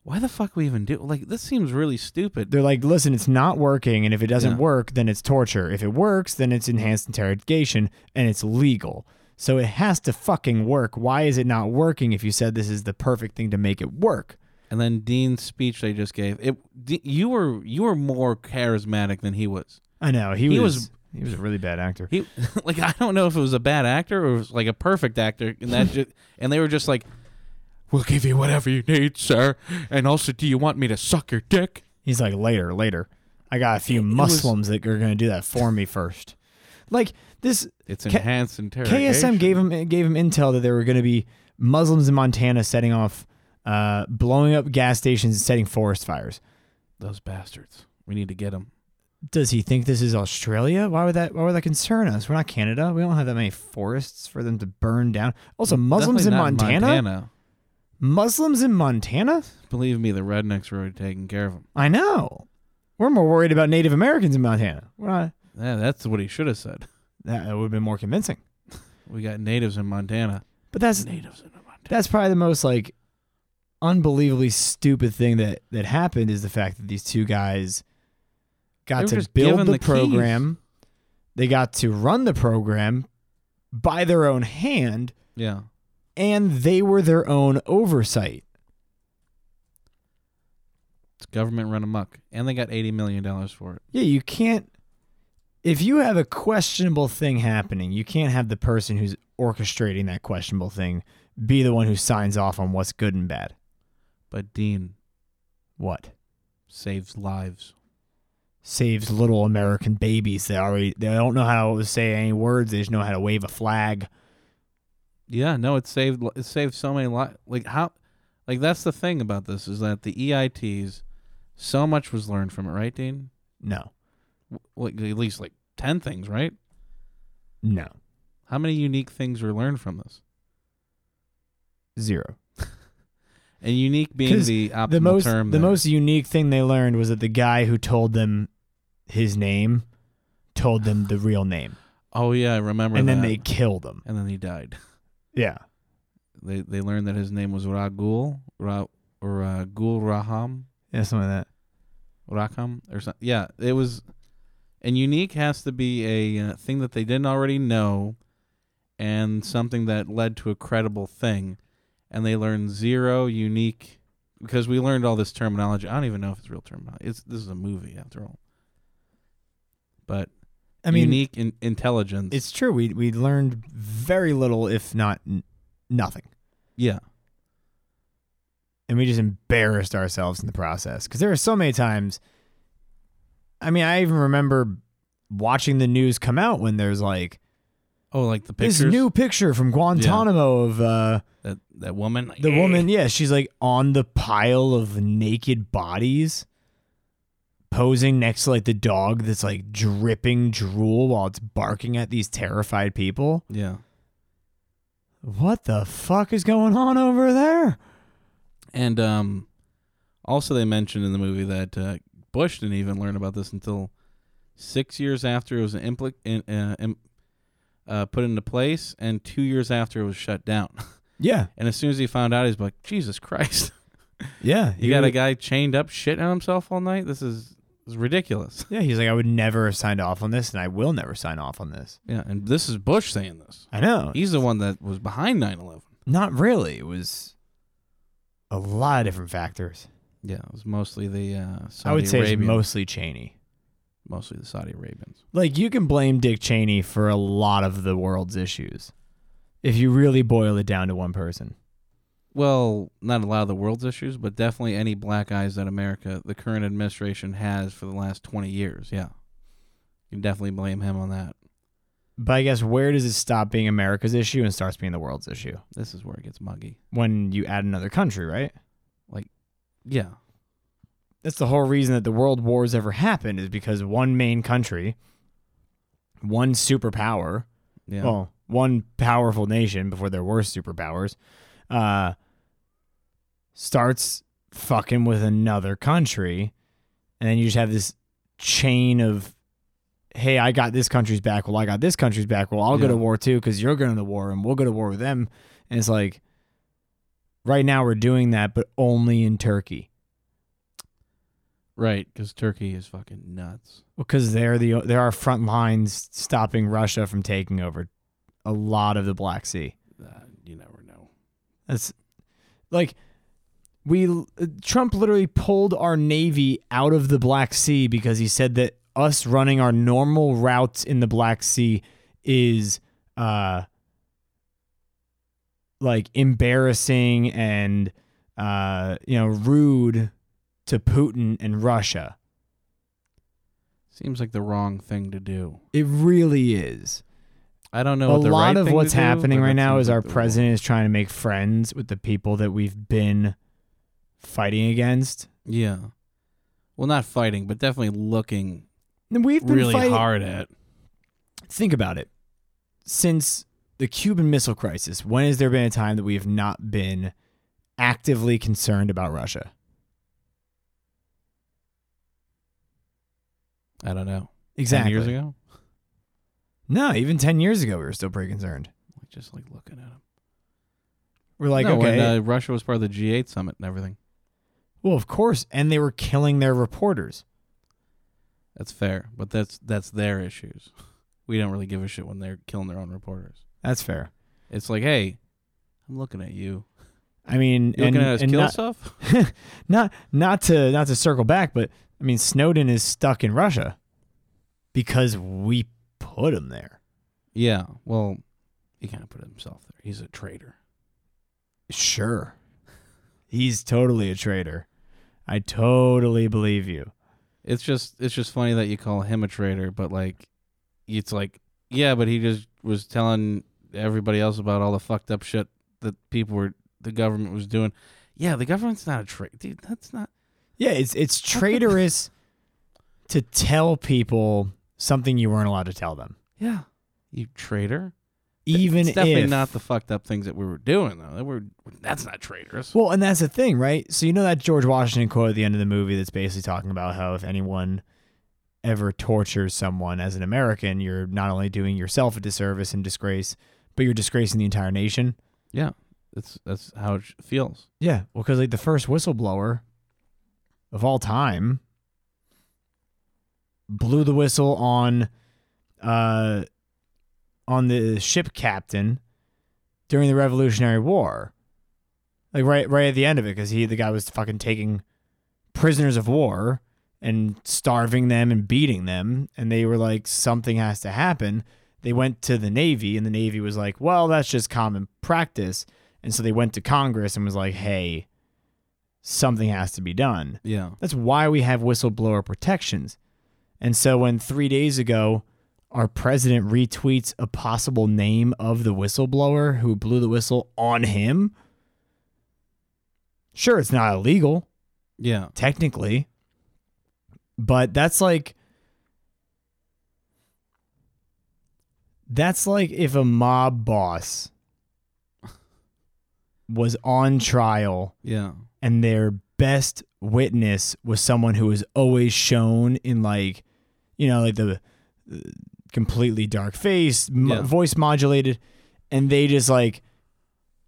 "Why the fuck we even do? Like this seems really stupid." They're like, listen, it's not working. And if it doesn't Yeah. work, then it's torture. If it works, then it's enhanced interrogation and it's legal. So it has to fucking work. Why is it not working if you said this is the perfect thing to make it work? and then Dean's speech they just gave it. D- you were you were more charismatic than he was. I know. He, He was, was- he was a really bad actor. He (laughs) like I don't know if it was a bad actor or it was like a perfect actor, and that ju- (laughs) and they were just like, "We'll give you whatever you need, sir." And also, do you want me to suck your dick? He's like, later, later. I got a few was- Muslims that are going to do that for me first. Like this It's K- enhanced interrogation. KSM gave him gave him intel that there were going to be Muslims in Montana setting off uh, blowing up gas stations and setting forest fires. those bastards. We need to get them. Does he think this is Australia? Why would that why would that concern us? We're not Canada. We don't have that many forests for them to burn down. Also, Muslims in Montana? Montana. Muslims in Montana? Believe me, the rednecks were already taking care of him. I know. We're more worried about Native Americans in Montana. We're not, Yeah, that's what he should have said. that would have been more convincing. We got natives in Montana. But that's Natives in Montana. that's probably the most like unbelievably stupid thing that that happened is the fact that these two guys They got were to just build given the, the keys. program. They got to run the program by their own hand Yeah. and they were their own oversight. It's government run amok. And they got $80 million for it. Yeah, you can't if you have a questionable thing happening, you can't have the person who's orchestrating that questionable thing be the one who signs off on what's good and bad. But Dean What? saves lives. saves little American babies. They already they don't know how to say any words. They just know how to wave a flag. Yeah, no, it saved it saved so many lives. Like how, like that's the thing about this is that the EITs, so much was learned from it, right, Dean? No, W- Like at least like ten things, right? no, How many unique things were learned from this? zero. And unique being 'Cause the optimal the most term. the there. most unique thing they learned was that the guy who told them his name told them the real name, Oh yeah, I remember. and then that. they killed him. and then he died. Yeah, They they learned that his name was Ragul Ra or uh, Gul Raham yeah, something like that. Rakham or something. Yeah, it was. And unique has to be a uh, thing that they didn't already know, and something that led to a credible thing, and they learned zero unique because we learned all this terminology. I don't even know if it's real terminology. It's this is a movie after all. But I mean, unique in- intelligence. it's true. We we learned very little, if not n- nothing. yeah, and we just embarrassed ourselves in the process because there were so many times i mean i even remember watching the news come out when there's like Oh, like the pictures. this new picture from guantanamo of uh, that that woman. the woman yeah she's like on the pile of naked bodies posing next to like the dog that's like dripping drool while it's barking at these terrified people Yeah, what the fuck is going on over there and um, also they mentioned in the movie that uh, Bush didn't even learn about this until six years after it was impl- in, uh, im- uh, put into place, and two years after it was shut down. (laughs) yeah and as soon as he found out, he's like, "Jesus Christ! (laughs) yeah You got a guy chained up, shitting on himself all night. This is, this is ridiculous." (laughs) Yeah, he's like, I would never have signed off on this, and I will never sign off on this. Yeah, and this is Bush saying this. I know. He's the one that was behind 9/11. Not really. It was a lot of different factors. Yeah, it was mostly the uh, Saudi I would say it's Arabian- mostly Cheney. mostly the Saudi Arabians. Like, you can blame Dick Cheney for a lot of the world's issues if you really boil it down to one person. well, not a lot of the world's issues, but definitely any black eyes that America, the current administration, has for the last 20 years. Yeah. You can definitely blame him on that. But I guess where does it stop being America's issue and starts being the world's issue? This is where it gets muggy. When you add another country, right? Yeah. that's the whole reason that the world wars ever happened is because one main country, one superpower, Yeah. well, one powerful nation before there were superpowers, uh, starts fucking with another country, and then you just have this chain of, hey, I got this country's back. Well, I got this country's back. Well, I'll go Yeah. to war too because you're going to war, and we'll go to war with them. And it's like, right now we're doing that, but only in Turkey. right. Because Turkey is fucking nuts. because they're the they're our front lines stopping Russia from taking over a lot of the Black Sea. Uh, you never know. That's like we uh, Trump literally pulled our navy out of the Black Sea because he said that us running our normal routes in the Black Sea is uh like embarrassing and uh you know rude to Putin and Russia. Seems like the wrong thing to do. It really is. I don't know. a what the lot right of thing what's to do, happening but right that now seems is like our the wrong- president is trying to make friends with the people that we've been fighting against. Yeah. Well, not fighting, but definitely looking And we've been really fighting. hard at. Think about it. Since the Cuban Missile Crisis, when has there been a time that we have not been actively concerned about Russia? I don't know. Exactly. Ten years ago? No, even ten years ago, we were still pretty concerned. Like, Just like looking at him. We're like, no, okay, when uh, Russia was part of the G8 summit and everything. well, of course. And they were killing their reporters. That's fair, but that's that's their issues. (laughs) We don't really give a shit when they're killing their own reporters. That's fair. It's like, hey, I'm looking at you. I mean, You and, looking at us and kill not, stuff? (laughs) not not to not to circle back, but I mean, Snowden is stuck in Russia because we put him there. yeah. Well, he kind of put himself there. He's a traitor. Sure, he's totally a traitor. I totally believe you. It's just it's just funny that you call him a traitor, but like, it's like, yeah, but he just was telling everybody else about all the fucked up shit that people were the government was doing. Yeah, the government's not a traitor, dude. That's not. Yeah, it's (laughs) it's traitorous to tell people something you weren't allowed to tell them. Yeah, you traitor. Even it's definitely if not the fucked up things that we were doing though. That were that's not traitors. Well, and that's the thing, right? So you know that George Washington quote at the end of the movie that's basically talking about how if anyone ever tortures someone as an American, you're not only doing yourself a disservice and disgrace, but you're disgracing the entire nation. Yeah, that's that's how it sh- feels. Yeah, well, because like the first whistleblower of all time blew the whistle on, uh, on the ship captain during the Revolutionary War, like right right at the end of it, because he the guy was fucking taking prisoners of war and starving them and beating them, and they were like something has to happen. They went to the Navy, and the Navy was like, well, that's just common practice. And so they went to Congress and was like, hey, something has to be done. Yeah, That's why we have whistleblower protections. And so when three days ago, our president retweets a possible name of the whistleblower who blew the whistle on him. Sure, it's not illegal, yeah. technically, but that's like. That's like if a mob boss was on trial Yeah. and their best witness was someone who was always shown in like you know like the uh, completely dark face m- Yeah. voice modulated and they just like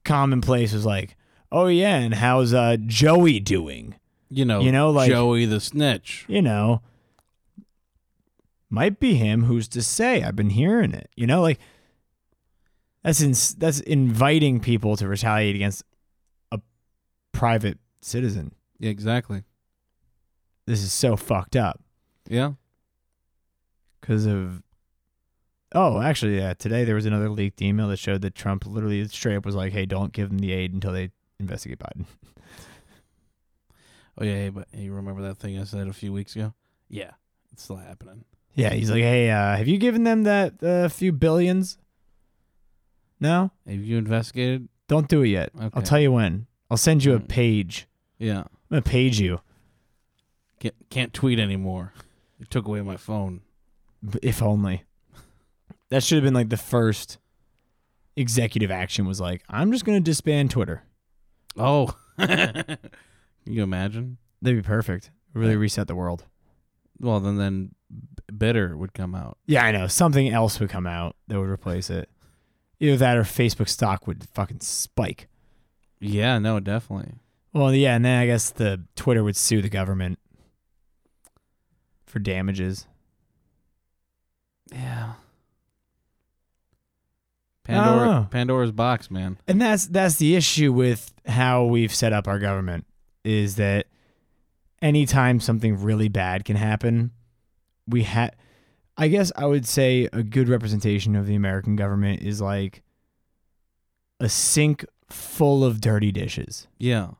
commonplace was like oh yeah and how's uh joey doing You know, You know, like- Joey the snitch. you know might be him who's to say i've been hearing it you know like that's in, that's inviting people to retaliate against a private citizen Yeah, exactly. this is so fucked up Yeah. because of oh actually yeah today there was another leaked email that showed that trump literally straight up was like hey don't give them the aid until they investigate biden (laughs) Oh yeah, hey, but you remember that thing I said a few weeks ago? Yeah, it's still happening. yeah he's like hey uh, have you given them that uh, few billions no Have you investigated? don't do it yet Okay. i'll tell you when i'll send you a Mm. page Yeah. i'm gonna page you Can't can't tweet anymore. They took away my phone. B- if only that should have been like the first executive action was like i'm just gonna disband twitter Oh. (laughs) Can you imagine? that'd be perfect really reset the world Well, then then B- bitter would come out. Yeah, I know. Something else would come out that would replace it. Either that or Facebook stock would fucking spike. Yeah, no, definitely. Well, yeah, and then I guess the Twitter would sue the government for damages. Yeah. don't Pandora, know. Pandora's box, man. And that's that's the issue with how we've set up our government is that anytime something really bad can happen, we ha I guess I would say a good representation of the American government is like a sink full of dirty dishes. Yeah.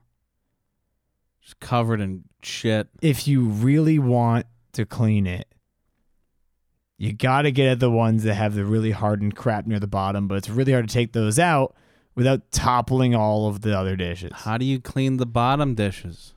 Just covered in shit. if you really want to clean it, you got to get at the ones that have the really hardened crap near the bottom, but it's really hard to take those out without toppling all of the other dishes. How do you clean the bottom dishes?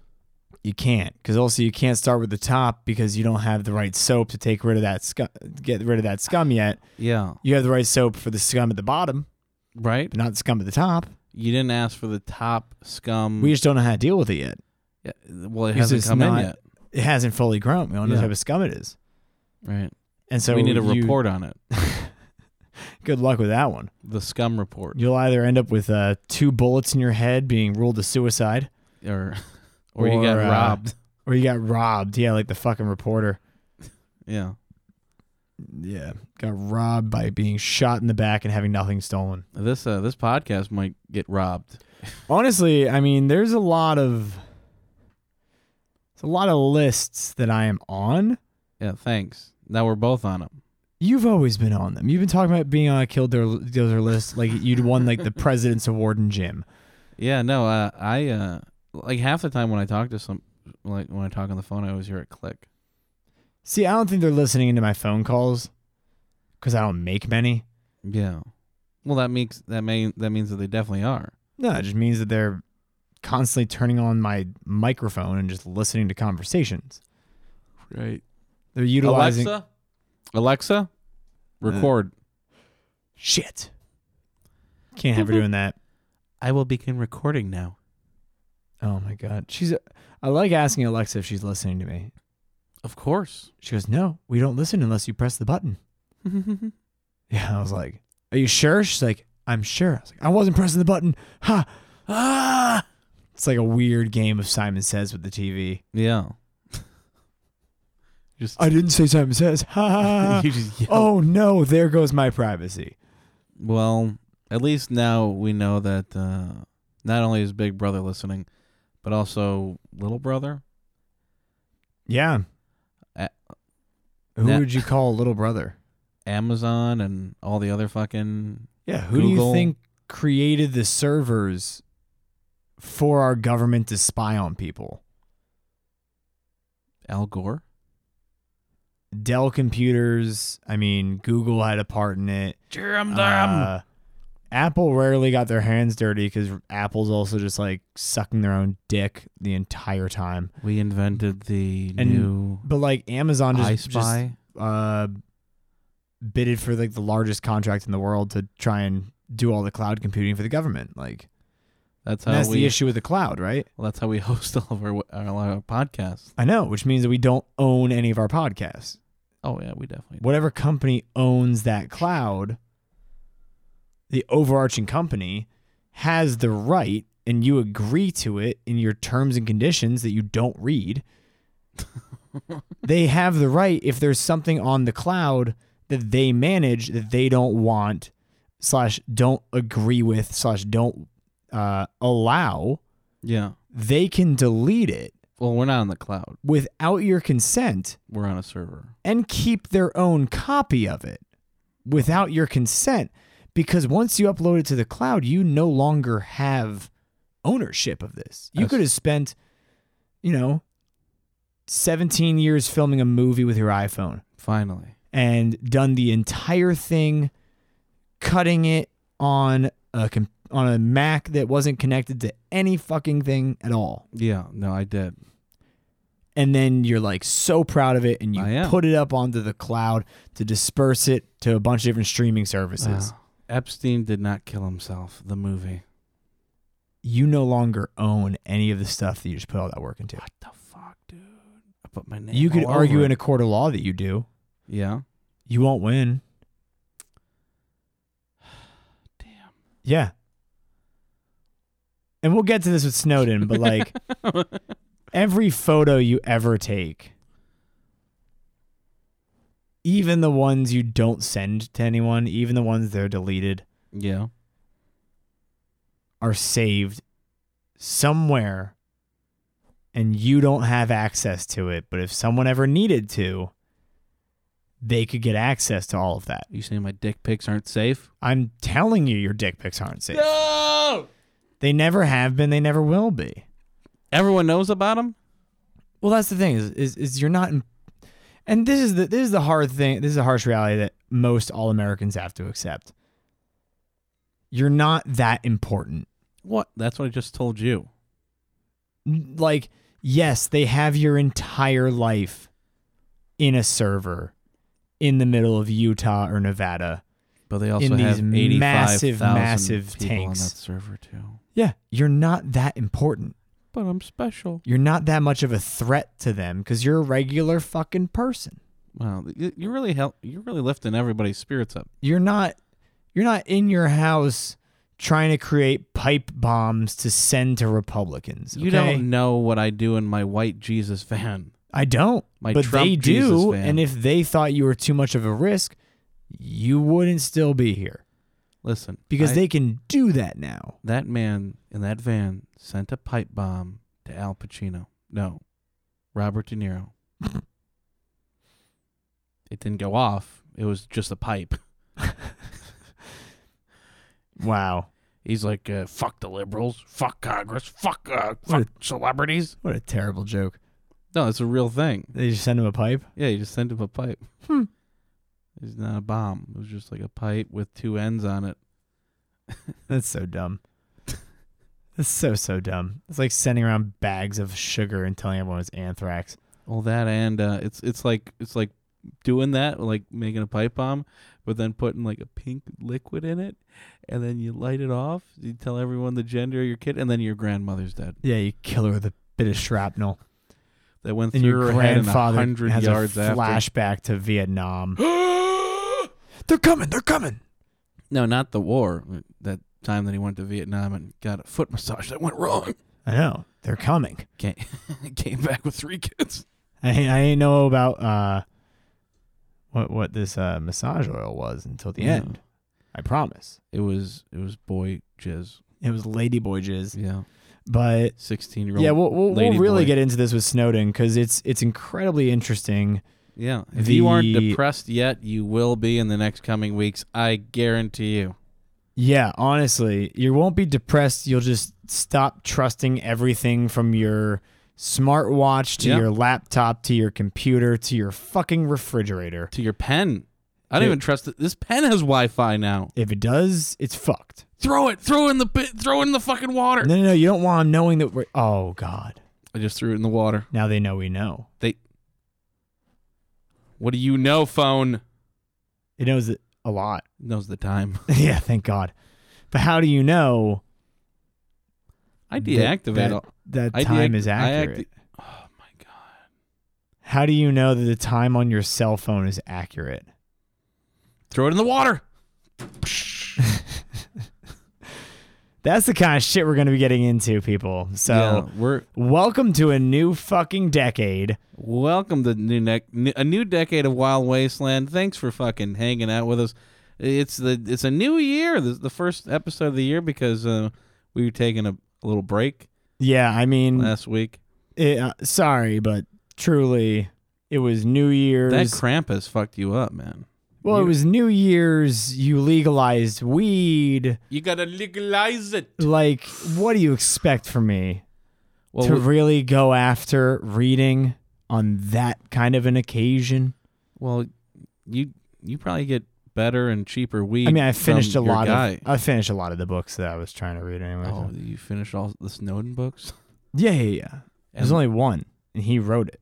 You can't, because also you can't start with the top because you don't have the right soap to take rid of that scum, get rid of that scum yet. Yeah. You have the right soap for the scum at the bottom, Right? but not the scum at the top. You didn't ask for the top scum. We just don't know how to deal with it yet. Yeah, well, it Because hasn't it's come not- in yet. It hasn't fully grown. We don't know what Yeah. type of scum it is, Right. and so we need a you- report on it. Good luck with that one. The Scum Report, You'll either end up with uh, two bullets in your head being ruled a suicide, or (laughs) or, you got Or, uh, robbed. or you got robbed. Yeah, like the fucking reporter. Yeah, Yeah, got robbed by being shot in the back and having nothing stolen. this uh, this podcast might get robbed. Honestly, I mean, there's a lot of there's a lot of lists that I am on. Yeah, thanks. Now we're both on them. You've always been on them. You've been talking about being on a killdozer dozer list, like you'd won like the president's award in gym. Yeah, no, uh, I uh, like half the time when I talk to some, like when I talk on the phone, I always hear it click. See, I don't think they're listening into my phone calls because I don't make many. Yeah. Well, that means that may that means that they definitely are. No, it just means that they're constantly turning on my microphone and just listening to conversations. Right. They're utilizing Alexa, Alexa, record. shit. Can't have her doing that. I will begin recording now. Oh my god, she's. I like asking Alexa if she's listening to me. Of (laughs) course. She goes, "No, we don't listen unless you press the button." (laughs) Yeah, I was like, "Are you sure?" She's like, "I'm sure." I was like, "I wasn't pressing the button." (laughs) Ha! Ah! It's like a weird game of Simon Says with the TV. yeah. (laughs) just (laughs) I didn't say Simon Says. (laughs) Ha! you just yell. oh no, there goes my privacy. Well, at least now we know that uh, not only is Big Brother listening, but also Little Brother. Yeah. Uh, who nah. would you call little brother? Amazon and all the other fucking Yeah. Who do you Google. think created the servers for our government to spy on people? Al Gore. Dell computers. I mean, Google had a part in it. Jerem Uh, Apple rarely got their hands dirty because Apple's also just like sucking their own dick the entire time. we invented the And new But like Amazon just, I just, Spy. uh, bidded for like the largest contract in the world to try and do all the cloud computing for the government. Like That's and how that's the we. issue with the cloud, right? well, that's how we (laughs) host all of our, our, our podcasts. I know, which means that we don't own any of our podcasts. Oh yeah, we definitely. whatever company owns that cloud, the overarching company has the right, and you agree to it in your terms and conditions that you don't read. they have the right if there's something on the cloud that they manage that they don't want slash don't agree with slash don't uh, allow Yeah. they can delete it Well, we're not on the cloud. without your consent We're on a server. and keep their own copy of it without your consent because once you upload it to the cloud you no longer have ownership of this you That's- could have spent you know 17 years filming a movie with your iphone Finally. and done the entire thing cutting it on a com- on a mac that wasn't connected to any fucking thing at all Yeah. No, I did. and then you're like so proud of it and I you am. put it up onto the cloud to disperse it to a bunch of different streaming services. Wow. Uh, Epstein did not kill himself. The movie. You no longer own any of the stuff that you just put all that work into. What the fuck, dude? I put my name. You could all argue over in it. a court of law that you do. Yeah. You won't win. Damn. Yeah. And we'll get to this with Snowden, but (laughs) like every photo you ever take, even the ones you don't send to anyone, even the ones that are deleted, yeah. are saved somewhere and you don't have access to it. But if someone ever needed to, they could get access to all of that. You saying my dick pics aren't safe? I'm telling you, your dick pics aren't safe. No. They never have been. They never will be. Everyone knows about him. Well, that's the thing is, is, is you're not, in, and this is the this is the hard thing. This is a harsh reality that most all Americans have to accept. You're not that important. What? That's what I just told you. like yes they have your entire life in a server in the middle of utah or nevada But they also these have massive, 85,000 massive people tanks. on that server too. yeah you're not that important But I'm special. you're not that much of a threat to them because you're a regular fucking person Wow, you you really help. You're really lifting everybody's spirits up. you're not You're not in your house trying to create pipe bombs to send to Republicans. You okay? don't know what I do in my white Jesus van. I don't. My but Trump they do, Jesus fan. and if they thought you were too much of a risk, you wouldn't still be here Listen, because I- they can do that now. that man in that van sent a pipe bomb to Al Pacino. No, Robert (laughs) De Niro. it didn't go off. It was just a pipe. Wow, He's like, uh, fuck the liberals, fuck Congress, fuck uh, What a- fuck celebrities. what a terrible joke! No, it's a real thing. They just send him a pipe. Yeah, you just sent him a pipe. Hmm. It's not a bomb. It was just like a pipe with two ends on it. That's so dumb. (laughs) That's so so dumb. It's like sending around bags of sugar and telling everyone it's anthrax. Well, that and uh, it's it's like it's like doing that, like making a pipe bomb, but then putting like a pink liquid in it, and then you light it off. You tell everyone the gender of your kid, and then your grandmother's dead. Yeah, you kill her with a bit of shrapnel, That went and through your her head and grandfather hundred has yards a flashback to (gasps) Vietnam. after. they're coming. They're coming. no, not the war. That time that he went to Vietnam and got a foot massage that went wrong. I know they're coming. Came, (laughs) came back with three (laughs) kids. I I ain't know about uh what what this uh massage oil was until the Yeah. end. I promise. It was it was boy jizz. It was ladyboy jizz, Yeah, but sixteen year old. yeah, we'll we'll, we'll lady really boy. get into this with Snowden because it's it's incredibly interesting. Yeah. If you aren't The- depressed yet, you will be in the next coming weeks. I guarantee you. Yeah, honestly, you won't be depressed. You'll just stop trusting everything from your smartwatch to Yeah. your laptop to your computer to your fucking refrigerator. To your pen. I don't Dude. even trust it. This pen has Wi Fi now. If it does, it's fucked. Throw it. Throw it in the pit. Throw it in the fucking water. No, no, no. You don't want them knowing that we're. Oh God! I just threw it in the water. Now they know we know. What do you know, phone? It knows it a lot. (laughs) Knows the time. yeah, thank God. But how do you know I That- deactivate that all. that I time deact- is I accurate? acti- oh my god. how do you know that the time on your cell phone is accurate? Throw it in the water. That's the kind of shit we're going to be getting into, people. So, yeah, we're welcome to a new fucking decade. Welcome to new nec- n- a new decade of Wild Wasteland. Thanks for fucking hanging out with us. It's the it's a new year. This is the first episode of the year because uh, we were taking a, a little break Yeah, I mean, last week. it, uh, sorry, but truly, it was New That Year's. Krampus fucked you up, man. well, it you- was New Year's. You legalized weed. You gotta legalize it. Like, what do you expect from me? Well, to we, really go after reading on that kind of an occasion. well, you you probably get better and cheaper weed. I mean, I finished a from your lot guy. of I finished a lot of the books that I was trying to read anyway. Oh, so- you finished all the Snowden books. Yeah, yeah, yeah. There's And only one, and he wrote it.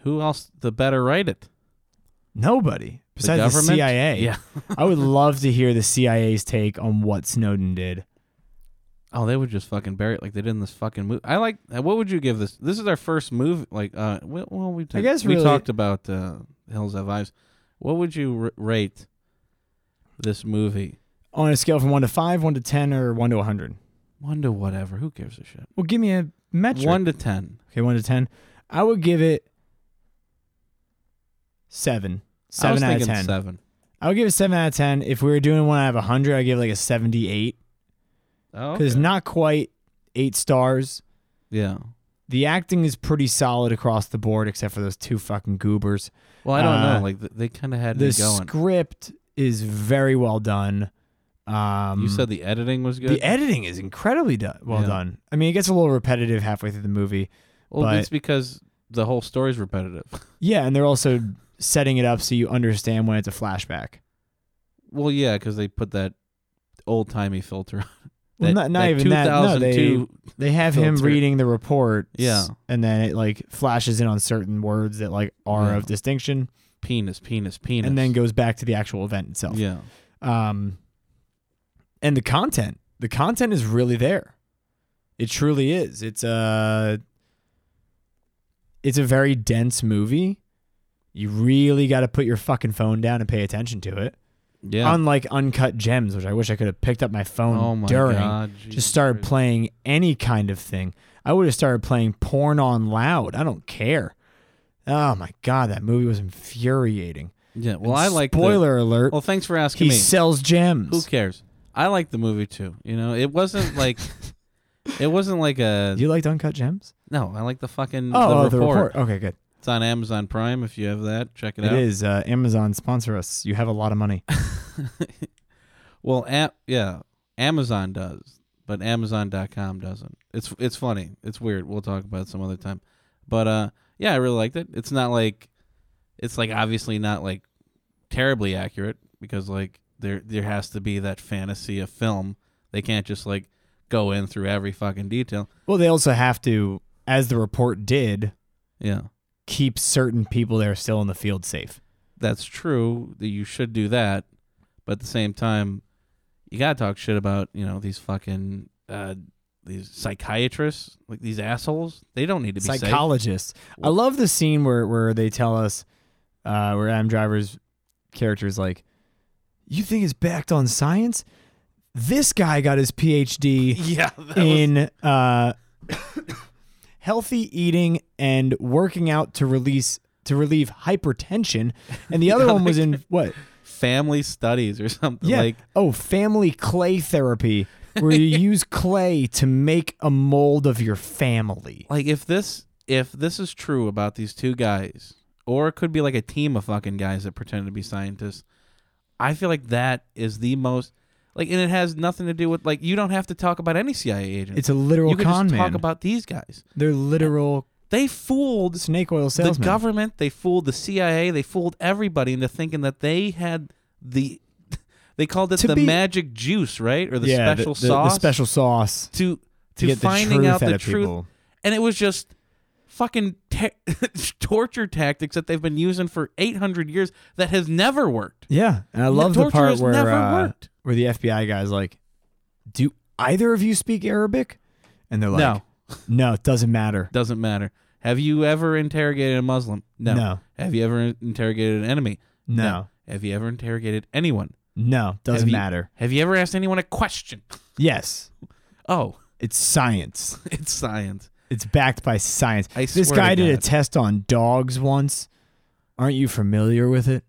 who else? The better write it. Nobody The besides the, government? CIA. Yeah. I would love to hear the CIA's take on what Snowden did. Oh, they would just fucking bury it like they did in this fucking movie. I like. uh, What would you give this? This is our first move. Like, uh, we- well, we. I guess we really- talked about uh, Hills Have Eyes. What would you r- rate this movie? On a scale from one to five, one to ten, or one to a hundred. One to whatever. Who gives a shit? Well, give me a metric. One to ten. Okay, one to ten. I would give it seven. I Seven was out of thinking ten. Seven. I would give it seven out of ten. If we were doing one out of hundred, I'd give it like a seventy-eight Oh, because okay. not quite eight stars. yeah. The acting is pretty solid across the board, except for those two fucking goobers. Well, I don't Uh, know. Like th- they kind of had The me going. script is very well done. Um, you said the editing was good. the editing is incredibly do- well Yeah. done. I mean, it gets a little repetitive halfway through the movie. well, but- it's because the whole story's repetitive. (laughs) Yeah, and they're also setting it up so you understand when it's a flashback. well, yeah, because they put that old timey filter. (laughs) on. Well, not, That- not even that. No, 2002 they They have him filter. reading the report. Yeah. And then it like flashes in on certain words that like are Yeah. of distinction penis, penis, penis, and then goes back to the actual event itself. Yeah, Um and the content. The content is really there. It truly is. It's a it's a very dense movie. You really got to put your fucking phone down and pay attention to it. Yeah. unlike Uncut Gems, which I wish I could have picked up my phone oh my during. god. Jesus Just started Christ. playing any kind of thing. I would have started playing porn on loud. I don't care. Oh my god, that movie was infuriating. Yeah. Well, I like the- spoiler alert. well, thanks for asking he me. sells Who gems. cares? I like the movie too. You know, (laughs) it wasn't like it wasn't like a You liked Uncut Gems? no. I like the fucking Oh, oh, the, report. Okay, good. It's on Amazon Prime. If you have that, check it, out. It is uh, Amazon sponsor us. You have a lot of money. (laughs) Well, a- yeah, Amazon does, but Amazon.com doesn't. It's it's funny. It's weird. We'll talk about it some other time. But uh, yeah, I really liked it. It's not like, it's like obviously not like terribly accurate because like there there has to be that fantasy of film. They can't just like go in through every fucking detail. Well, they also have to, as the report did, Yeah, keep certain people that are still in the field safe. that's true. That you should do that, but at the same time, you gotta talk shit about you know these fucking. Uh, these psychiatrists, like these assholes, they don't need to be safe. Psychologists. I love the scene where where they tell us, uh, where Adam Driver's character is like, "You think it's backed on science? This guy got his PhD (laughs) Yeah, (laughs) that in uh, healthy eating and working out to release to relieve hypertension, and (laughs) the other one was in what family studies or something. Yeah. Like oh, family clay therapy, where (laughs) you use clay to make a mold of your family. like if this if this is true about these two guys, or it could be like a team of fucking guys that pretend to be scientists, I feel like that is the most like and it has nothing to do with like you don't have to talk about any CIA agent. It's a literal you could con just man. talk about these guys. They're literal They fooled snake oil salesmen. the government, they fooled the CIA, they fooled everybody into thinking that they had the (laughs) they called it To the be- magic juice, right? Or the yeah, special the, the, sauce. The special sauce to to, to, get the finding truth out the out of truth, people. and it was just fucking ta- (laughs) torture tactics that they've been using for 800 years that has never worked. Yeah, and I The love the, torture part has where never uh, worked. where the FBI guy's like, "Do either of you speak Arabic?" And they're like, no, no, it doesn't matter." doesn't matter. Have you ever interrogated a Muslim? No. No. Have you ever interrogated an enemy? No, Have you ever interrogated anyone? no, doesn't Have you- matter. Have you ever asked anyone a question? Yes, Oh, it's science. (laughs) it's science. It's backed by science. I this swear to guy did a God. test on dogs once. Aren't you familiar with it?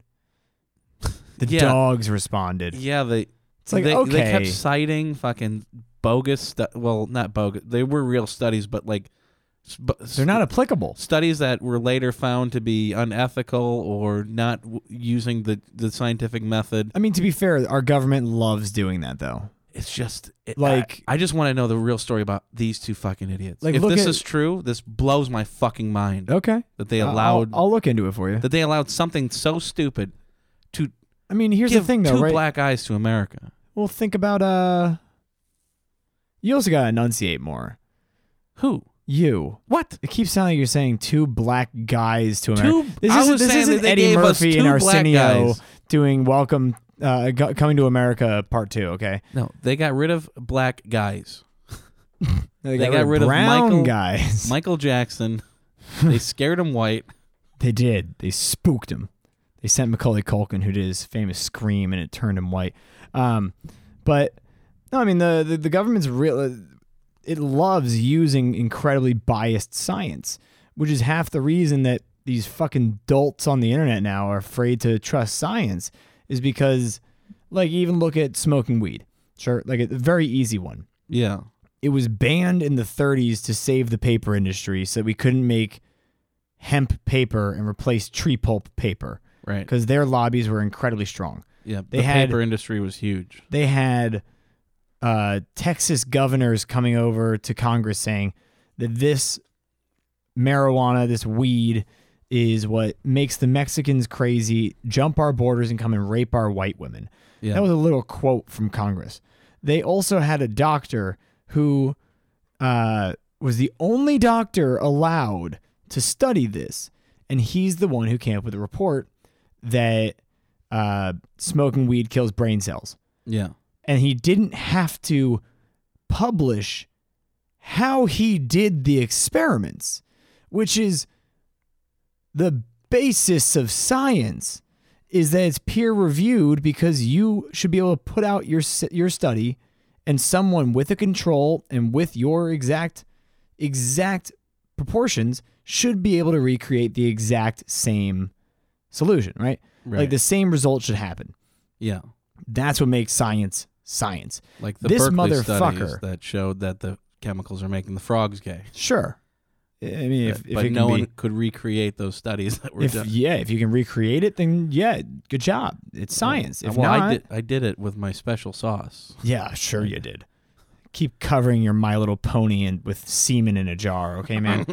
The Yeah. dogs responded. Yeah, they It's like they, okay, they kept citing fucking bogus stu- well, not bogus. They were real studies, but like sp- they're not applicable. studies that were later found to be unethical or not w- using the, the scientific method. I mean, to be fair, our government loves doing that though. It's just it, Like- I, I just want to know the real story about these two fucking idiots. Like, if look this at- is true, this blows my fucking mind Okay, that they I'll- allowed I'll, look into it for you. that they allowed something so stupid to I mean, here's give the thing though, two right? black eyes to America. well, think about uh, you also gotta enunciate more. Who? You. What? It keeps sounding like you're saying two black guys to America. Two. This I isn't, was this saying isn't that they Eddie gave us Murphy and two black Arsenio guys. doing welcome, uh, go- coming to America part two. Okay, No, they got rid of black (laughs) guys. They got rid of brown Michael- guys. Michael Jackson. they scared him white. They did. They spooked him. They sent Macaulay Culkin, who did his famous scream, and it turned him white. Um, but no, I mean the the, the government's real. It loves using incredibly biased science, which is half the reason that these fucking dolts on the internet now are afraid to trust science, is because, like, even look at smoking weed. Sure, like a very easy one Yeah. it was banned in the 30s to save the paper industry so we couldn't make hemp paper and replace tree pulp paper Right. because their lobbies were incredibly strong. Yeah, They the had- paper industry was huge. They had uh, Texas governors coming over to Congress saying that this marijuana, this weed, is what makes the Mexicans crazy, jump our borders, and come and rape our white women. Yeah, That was a little quote from Congress. They also had a doctor who uh, was the only doctor allowed to study this. And he's the one who came up with a report that uh, smoking weed kills brain cells. yeah, And he didn't have to publish how he did the experiments, which is the basis of science, is that it's peer reviewed because you should be able to put out your s- your study and someone with a control and with your exact exact proportions should be able to recreate the exact same solution, right? Like Right. the same result should happen. Yeah. That's what makes science science. Like the This Berkeley studies motherfucker. that showed that the chemicals are making the frogs gay. Sure. I mean, if, but if but it can no be- one could recreate those studies that were if done. yeah, if you can recreate it, then yeah, good job. It's science. If well, not, I did. I did it with my special sauce. yeah, sure you did. Keep covering your My Little Pony and with semen in a jar, okay, (laughs) man.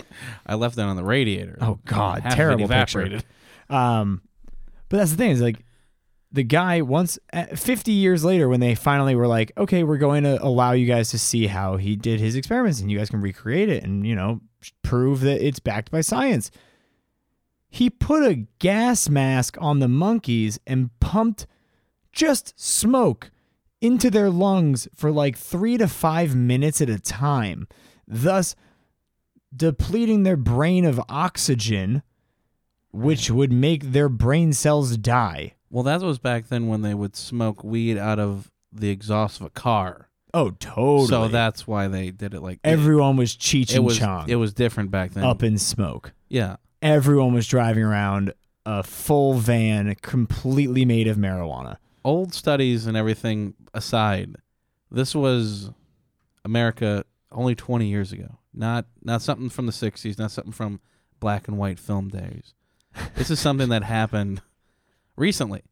I left that on the radiator. Oh, God, Half of it terrible picture. evaporated. um, but that's the thing is like the guy once at- 50 years later when they finally were like, okay, we're going to allow you guys to see how he did his experiments and you guys can recreate it and you know prove that it's backed by science. He put a gas mask on the monkeys and pumped just smoke into their lungs for like three to five minutes at a time, thus depleting their brain of oxygen, which would make their brain cells die. Well, that was back then when they would smoke weed out of the exhaust of a car. Oh, totally. So that's why they did it like everyone was Cheech It, it and was Chong it was different back then. up in smoke. Yeah. Everyone was driving around a full van completely made of marijuana. Old studies and everything aside, this was America only 20 years ago. Not not something from the 60s, not something from black and white film days. This is something that happened recently.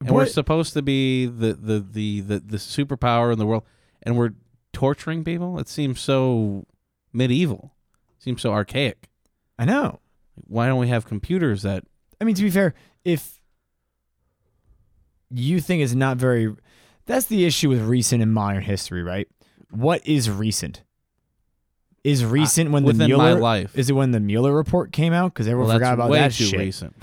And we're What- supposed to be the the, the, the the superpower in the world and we're torturing people? It seems so medieval. seems so archaic. I know. Why don't we have computers that I mean, to be fair, if you think it's not very, that's the issue with recent and modern history, right? What is recent? Is recent when the within Mueller my life is it when the Mueller report came out? Because everyone Well, forgot that's about way that too shit. recent.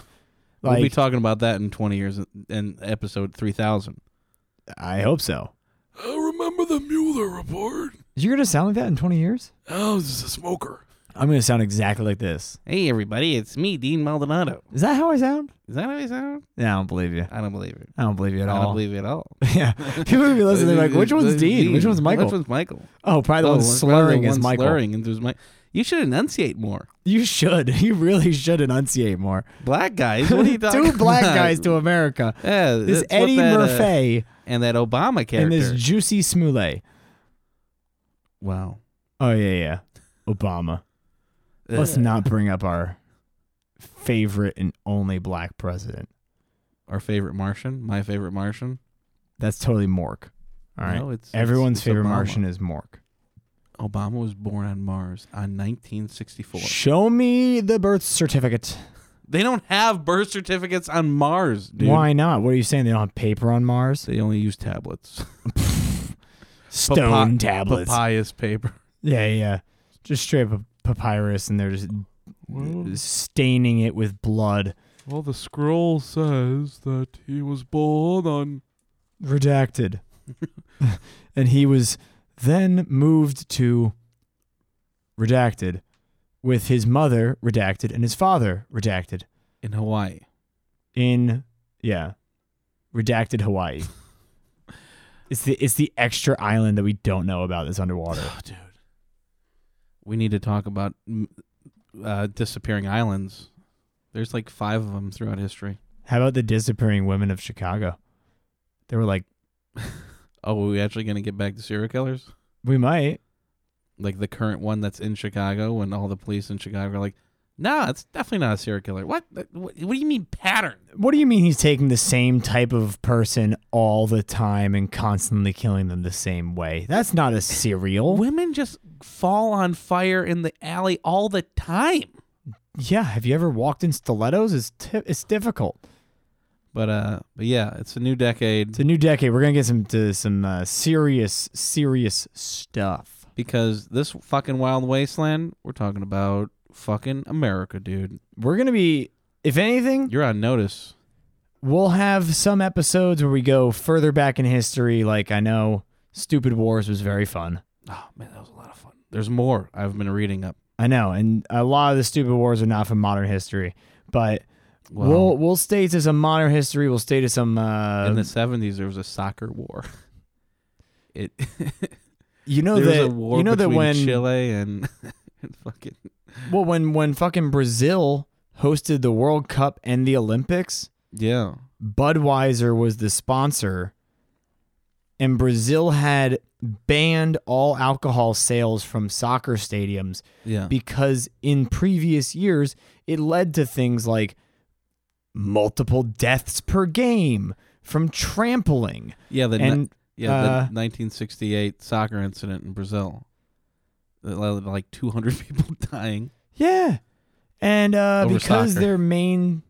we'll be Like, talking about that in 20 years in, in episode 3000. I hope so. I remember the Mueller report. You're gonna sound like that in 20 years. I was a smoker. I'm gonna sound exactly like this. Hey, everybody, it's me, Dean Maldonado. Is that how I sound? Is that how you sound? No, I don't believe you. I don't believe it. I don't believe you at I all. don't believe it at all. (laughs) yeah, people are gonna be listening. They're like, which one's Dean? Which one's Michael? Which one's Michael? oh, probably the Oh, one probably the slurring is one Michael. Slurring and there's Mike. You should enunciate more. You should. (laughs) You really should enunciate more. Black guys, what are (laughs) you talking Two black about? guys to America. Yeah, This that's what Eddie that, uh, Murphy and that Obama character. and this Juicy Smollett. wow. Oh yeah, yeah. Obama. Let's Ugh. not bring up our favorite and only black president. Our favorite Martian, my favorite Martian. That's totally Mork. All right. No, it's it's- Everyone's it's favorite Obama. Martian is Mork. Obama was born on Mars on 1964. Show me the birth certificate. They don't have birth certificates on Mars, dude. Why not? What are you saying? They don't have paper on Mars? They only use tablets, (laughs) Stone Papi- tablets. papyrus paper. Yeah, yeah. Just straight up papyrus, and they're just (laughs) staining it with blood. Well, the scroll says that he was born on. redacted. (laughs) and he was then moved to redacted with his mother redacted and his father redacted in (sighs) Hawaii. in yeah, redacted Hawaii. it's the it's the extra island that we don't know about that's underwater. Oh, dude, we need to talk about mm, uh, disappearing islands. There's like five of them throughout history. How about the disappearing women of Chicago? They were like, Oh, are we actually gonna get back to serial killers? we might. Like the current one that's in Chicago, when all the police in Chicago are like, "Nah, it's definitely not a serial killer." What? What, what do you mean pattern? What do you mean he's taking the same type of person all the time and constantly killing them the same way? That's not a serial. Women just fall on fire in the alley all the time. Yeah, have you ever walked in stilettos? It's ti it's difficult. But uh, but yeah, it's a new decade It's a new decade. We're gonna get some to some uh, serious serious stuff. because this fucking wild wasteland. We're talking about fucking America, dude. We're gonna be, if anything, You're on notice. we'll have some episodes where we go further back in history. Like I know, Stupid Wars was very fun. Oh man, that was a lot of fun. There's more I've been reading up. I know, and a lot of the Stupid Wars are not from modern history, but Well, We'll we'll stay to some modern history. We'll stay to some. Uh, in the seventies, there was a soccer war. (laughs) It (laughs) you know there that was a war you know that between when Chile and, (laughs) and fucking well when when fucking Brazil hosted the World Cup and the Olympics, yeah. Budweiser was the sponsor, and Brazil had banned all alcohol sales from soccer stadiums Yeah. because in previous years it led to things like multiple deaths per game from trampling yeah. The ni- and yeah the uh, 1968 soccer incident in Brazil that led to like 200 (laughs) people dying. yeah and uh, Over because soccer. their main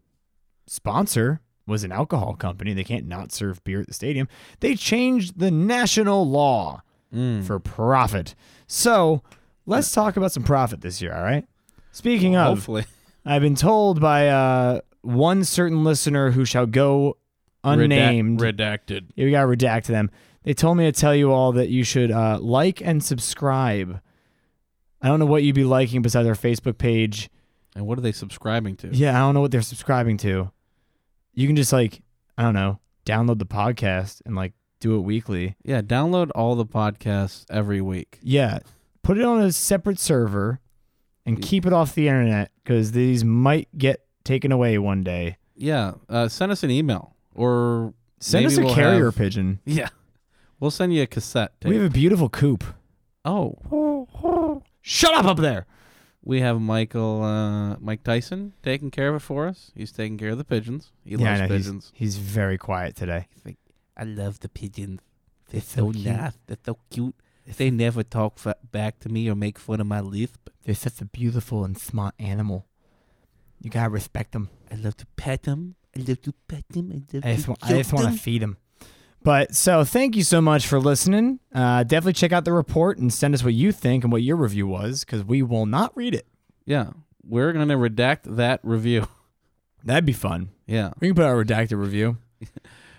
sponsor was an alcohol company they can't not serve beer at the stadium they changed the national law Hmm. for profit so let's talk about some profit this year all right speaking of Hopefully, I've been told by uh, one certain listener who shall go (laughs) Redact- unnamed. redacted. Yeah, we gotta redact them. They told me to tell you all that you should uh, like and subscribe. I don't know what you'd be liking besides our Facebook page. And what are they subscribing to? Yeah, I don't know what they're subscribing to. You can just like I don't know, download the podcast and like do it weekly. Yeah, download all the podcasts every week. Yeah, put it on a separate server and keep it off the internet because these might get taken away one day. Yeah, uh, send us an email or Send Maybe us a we'll carrier have- pigeon. yeah, we'll send you a cassette tape. We have a beautiful coop. oh, Shut up up there. we have Michael uh, Mike Tyson taking care of it for us. He's taking care of the pigeons. He yeah, I loves know, he's- pigeons. He's, very quiet today. I love the pigeons. They're so nice. They're so cute. They never talk back to me or make fun of my lisp. They're such a beautiful and smart animal. You gotta respect them. I love to pet them. I love to pet them. I, love I just, wa- I just want to feed them. But so thank you so much for listening. Uh, definitely check out the report and send us what you think and what your review was because we will not read it. Yeah, we're gonna redact that review. (laughs) That'd be fun. Yeah, We can put out a redacted review.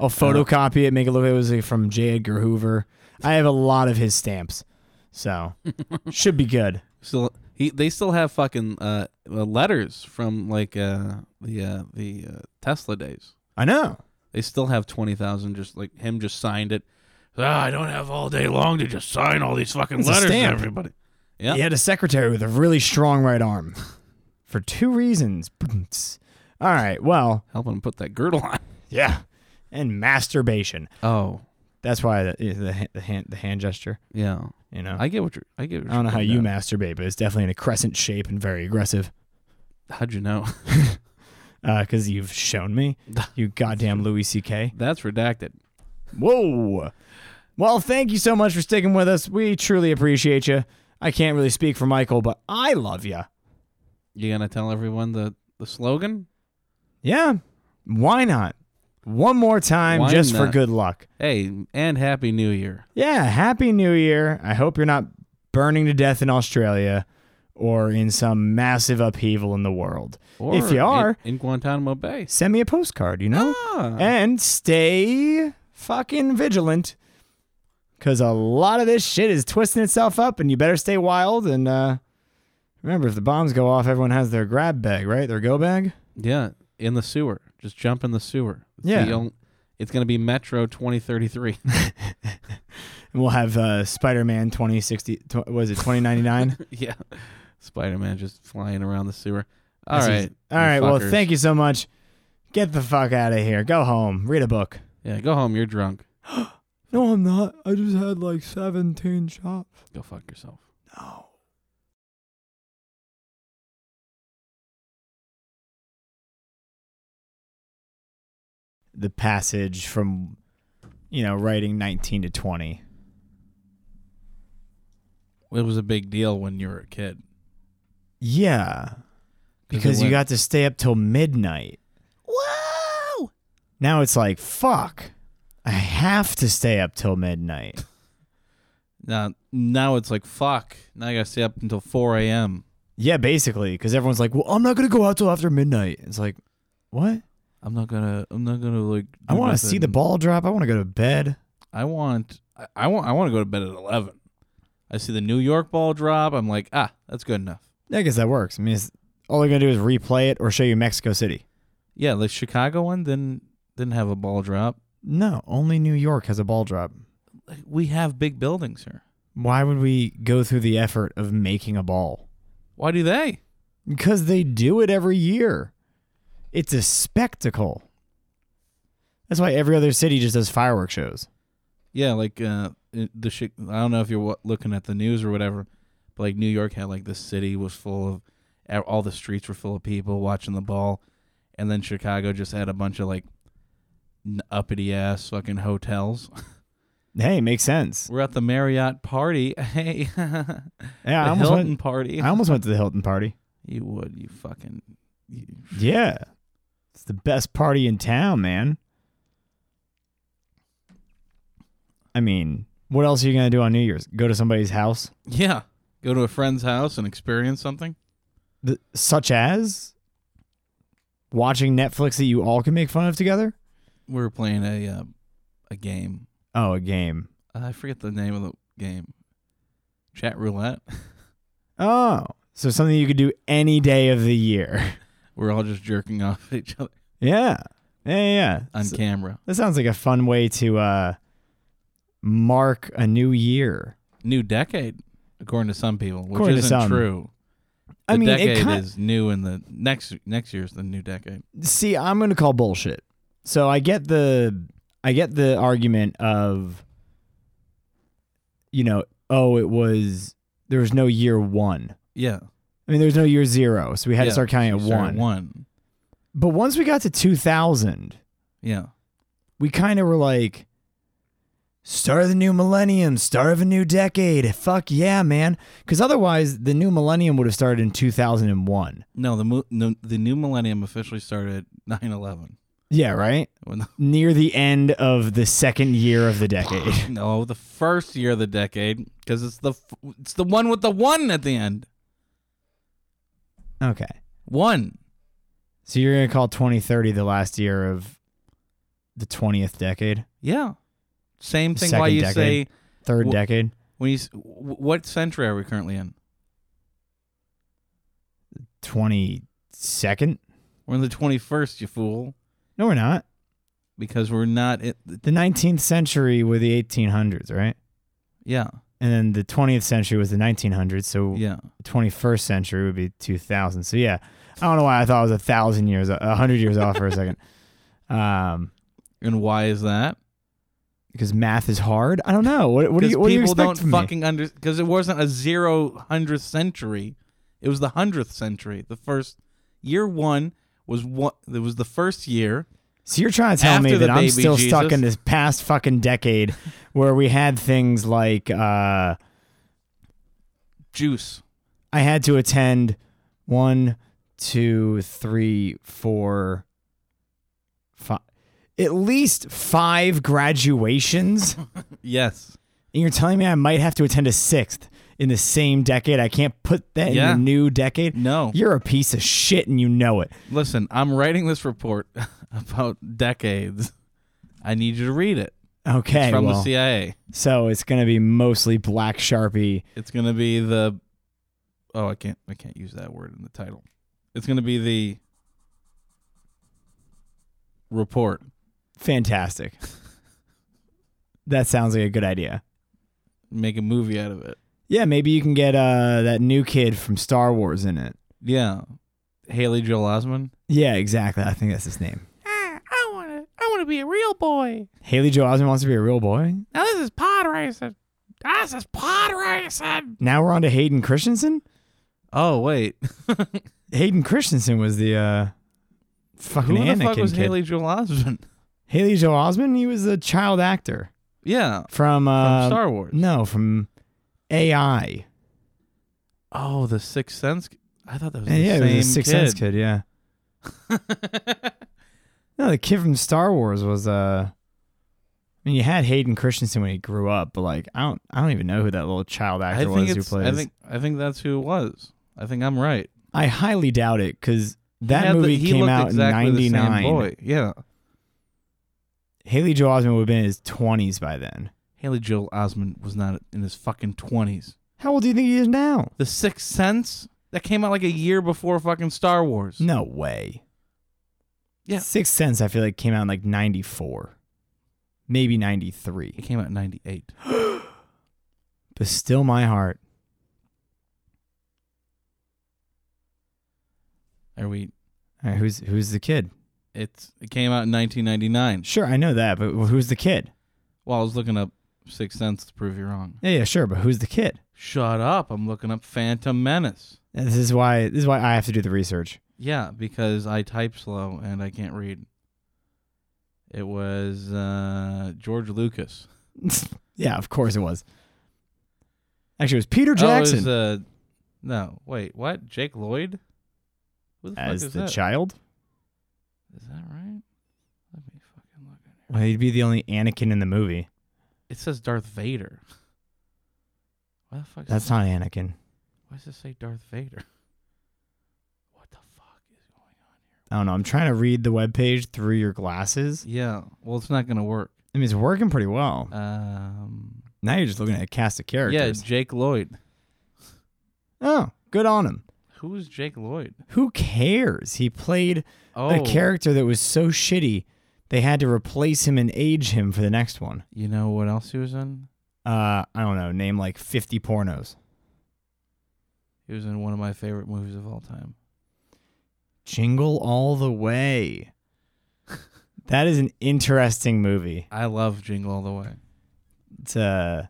I'll photocopy it, make it look like it was like, from J. Edgar Hoover. I have a lot of his stamps, so should be good. still he they still have fucking uh uh, letters from like uh the uh, the uh, Tesla days. I know. They still have twenty thousand. Just like him, just signed it. Ah, I don't have all day long to just sign all these fucking It's a letters to stamp. everybody. He had a secretary with a really strong right arm for two reasons. (clears throat) All right, well, Help him put that girdle on. yeah, and masturbation. Oh, That's why the the, ha- the hand the hand gesture. yeah. You know, I, I get what you're. I get. What don't know you're how getting you at. masturbate, but it's definitely in a crescent shape and very aggressive. How'd you know? (laughs) Because you've shown me, you goddamn Louis C.K. That's redacted. Whoa. Well, thank you so much for sticking with us. We truly appreciate you. I can't really speak for Michael, but I love you. You gonna tell everyone the the slogan? Yeah. Why not? One more time, Why just for not? good luck. Hey, and happy New Year. Yeah, happy new year. I hope you're not burning to death in Australia or in some massive upheaval in the world. Or If you in- are- in, Guantanamo Bay. Send me a postcard, you know? Ah, And stay fucking vigilant cuz a lot of this shit is twisting itself up and you better stay wild and uh remember if the bombs go off everyone has their grab bag, right? Their go bag? yeah, in the sewer. Just jump in the sewer. It's Yeah. the on- it's gonna be Metro 2033. And we'll have uh Spider-Man 2060 tw- was it 2099? (laughs) yeah, Spider Man just flying around the sewer. All This right, is- All right. Well, thank you so much. Get the fuck out of here. Go home. Read a book. Yeah, go home. You're drunk. No, I'm not. I just had like 17 shots. Go fuck yourself. No. The passage from, you know, writing 19 to 20. It was a big deal when you were a kid Yeah. Because it you got went- to stay up till midnight. Whoa! Now it's like, fuck. I have to stay up till midnight. now. Now it's like fuck. Now I gotta stay up until 4 a.m. Yeah, basically, because everyone's like, "Well, I'm not gonna go out till after midnight." It's like, what? I'm not gonna. I'm not gonna like. I want to see the ball. ball drop. I want to go to bed. I want I, I want I want to go to bed at eleven. I see the New York ball drop. I'm like, ah, that's good enough. I guess that works. I mean, it's, all they're gonna do is replay it or show you Mexico City. Yeah, the Chicago one didn't didn't have a ball drop. No, only New York has a ball drop. We have big buildings here. Why would we go through the effort of making a ball? Why do they? Because they do it every year. It's a spectacle. That's why every other city just does fireworks shows. Yeah, like uh, in the Chi- I don't know if you're wa- looking at the news or whatever, but like New York had like the city was full of a- all the streets were full of people watching the ball, and then Chicago just had a bunch of like uppity ass fucking hotels. (laughs) Hey, makes sense. We're at the Marriott party. (laughs) Hey, Yeah, I the almost, Hilton went, party. I almost went to the Hilton party. you would, you fucking. you- Yeah. It's the best party in town, man. I mean, what else are you going to do on New Year's? Go to somebody's house? Yeah, go to a friend's house and experience something. Th- such as watching Netflix that you all can make fun of together? We were playing a uh, a game. Oh, a game. Uh, I forget the name of the game. Chat roulette. Oh, so something you could do any day of the year. (laughs) We're all just jerking off (laughs) at each other yeah. Yeah, yeah, yeah. on So- camera. that sounds like a fun way to uh, mark a new year. New decade, according to some people, which According to isn't some. true. The I mean, it decade kind is new, and the next next year's the new decade. see i'm gonna call bullshit so i get the i get the argument of you know oh it was there was no year one Yeah, i mean there was no year zero so we had yeah, to start counting at so you start one. One. but once we got to 2000 Yeah. we kind of were like start of the new millennium start of a new decade fuck yeah man because otherwise the new millennium would have started in 2001 No, the mo- no, the new millennium officially started (laughs) 9/11. yeah right When the- near the end of the second year of the decade (laughs) (laughs) no, the first year of the decade because it's the f- it's the one with the one at the end. okay One. So you're gonna call 2030 the last year of the 20th decade, Yeah. Same thing. why Second you decade. say third Wh- decade, when you s- w- what century are we currently in? 22nd? We're in the 21st, you fool, No, we're not. because we're not. It, The 19th century were the 1800s, right? yeah, And then the 20th century was the 1900s. So yeah. the 21st century would be 2000. So yeah, I don't know why I thought I was a thousand years, a hundred years off for a (laughs) second. Um, And why is that? because math is hard. I don't know. What, what do 'Cause you what do you people expect don't from me? fucking under because it wasn't a zero hundredth century. It was the hundredth century. The first year one was one. It was the first year. So you're trying to tell me After the that I'm baby still stuck Jesus. in this past fucking (laughs) decade where we had things like uh, Juice. I had to attend one, two, three, four, five, at least five (laughs) graduations. and Yes. you're telling me I might have to attend a sixth in the same decade. I can't put that Yeah. in the new decade. No. You're a piece of shit and you know it. Listen, I'm writing this report (laughs) about decades. I need you to read it. It's Okay. from well, the CIA. so it's going to be mostly black sharpie. It's gonna be the oh I can't I can't use that word in the title. It's gonna be the report. Fantastic. (laughs) that sounds like a good idea. Make a movie out of it. Yeah, maybe you can get uh, that new kid from Star Wars in it. Yeah. Haley Joel Osment. Yeah, exactly. I think that's his name. Ah, I want to. I want to be a real boy. Haley Joel Osment wants to be a real boy. Now this is pod racing. This is pod racing. Now we're on to Hayden Christensen. Oh wait. Hayden Christensen was the uh, fucking Who Anakin the fuck was kid. Haley Joel Osment? Haley Joel Osment. He was a child actor Yeah. from, From uh, Star Wars. No, from AI. Oh, the Sixth Sense. I thought that was the yeah, same it was the Sixth kid. Sense kid. Yeah. (laughs) No, the kid from Star Wars was uh I mean you had Hayden Christensen when he grew up, but like I don't I don't even know who that little child I actor think was who it's, plays. I think I think that's who it was. I think I'm right. I highly doubt it cuz that Yeah, the- movie he came looked out exactly in the same 99. boy. Yeah. Haley Joel Osment would have been in his 20s by then. Haley Joel Osment was not in his fucking twenties. How old do you think he is now? The Sixth Sense that came out like a year before fucking Star Wars. No way. Yeah. Sixth Sense, I feel like came out in like '94, maybe It '93. came out in 98. But still, my heart. Are we All right, who's who's the kid? it's it came out in 1999. Sure, I know that, but who's the kid? Well, I was looking up Sixth Sense to prove you wrong. Yeah, yeah, sure, but who's the kid? Shut up. I'm looking up Phantom Menace. And This is why this is why I have to do the research. (laughs) Yeah, because I type slow and I can't read. It was uh, George Lucas. yeah, of course it was. Actually, it was Peter Oh, it was, Jackson uh, no, wait, what? Jake Lloyd? Who the as fuck is the that? child. Is that right? Let me fucking look. at Well, he'd be the only Anakin in the movie. It It says Darth Vader. Why the fuck? does That's it- not Anakin. Why does it say Darth Vader? What the fuck is going on I don't know. I'm trying to read the webpage through your glasses. here? Yeah, well, it's not gonna work. I mean, it's working pretty well. Um, Now you're just looking at a cast of yeah, characters. Jake Lloyd. Oh, good on him. Who's Jake Lloyd? Who cares? He played Oh, a character that was so shitty they had to replace him and age him for the next one. Oh, you know what else he was in? Uh, I don't know. Name like 50 pornos. He was in one of my favorite movies of all time. Jingle all the way. that is an interesting movie. I love Jingle All the Way. It's uh,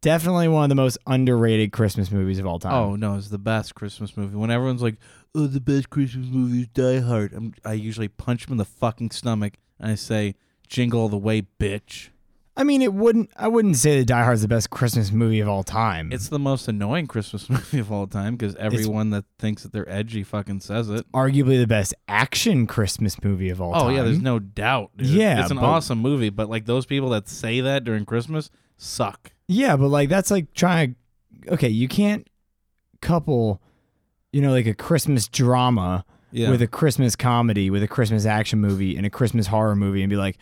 definitely one of the most underrated Christmas movies of all time. Oh no, it's the best Christmas movie. When everyone's like, "Oh, the best Christmas movie is Die Hard," I'm, I usually punch them in the fucking stomach and I say, "Jingle all the way, bitch!" I mean, it wouldn't. I wouldn't say that Die Hard's the best Christmas movie of all time. It's the most annoying Christmas (laughs) movie of all time because everyone that thinks that they're edgy fucking says it. arguably the best action Christmas movie of all Oh time. yeah, there's no doubt. dude. Yeah, it's an but- awesome movie, but like those people that say that during Christmas suck. Yeah, but like that's like trying. Okay, you can't couple, you know, like a Christmas drama Yeah, with a Christmas comedy, with a Christmas action movie, and a Christmas horror movie, and be like,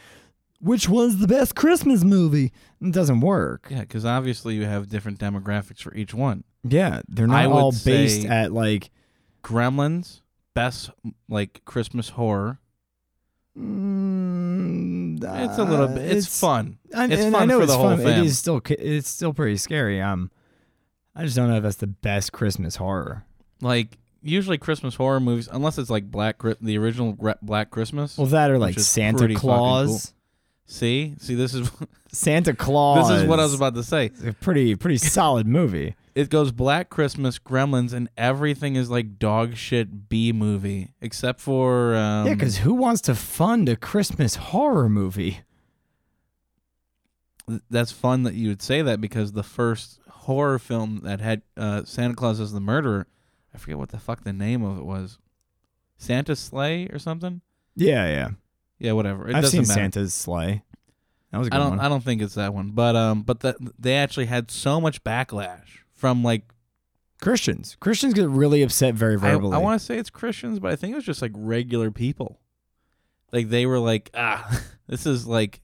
which one's the best Christmas movie? It doesn't work. yeah, because obviously you have different demographics for each one. Yeah, they're I not would all based say- at like. Gremlins, best like Christmas horror. mm, It's a little uh, bit. It's, fun. I, It's and I fun know for it's the whole fun. It fam. is still. ki- It's still pretty scary. Um, I just don't know if that's the best Christmas horror. Like usually Christmas horror movies, unless it's like Black Chri- the original Re- Black Christmas. Well, that or like Which is Santa pretty fucking Claus. cool. see, see, this is (laughs) Santa Claus. this is what I was about to say. It's a pretty pretty solid movie. It goes Black Christmas, Gremlins, and everything is like dog shit B movie except for um, yeah, because who wants to fund a Christmas horror movie? th- that's fun that you would say that because the first horror film that had uh, Santa Claus as the murderer, I forget what the fuck the name of it was, Santa's sleigh or something. Yeah, yeah. Yeah, whatever. It I've doesn't seen matter. Santa's sleigh. That was a good I don't. one. I don't think it's that one, but um, but that they actually had so much backlash from like Christians. Christians get really upset very I, verbally. want to say it's Christians, but I think it was just like regular people. Like they were like, ah, (laughs) this is like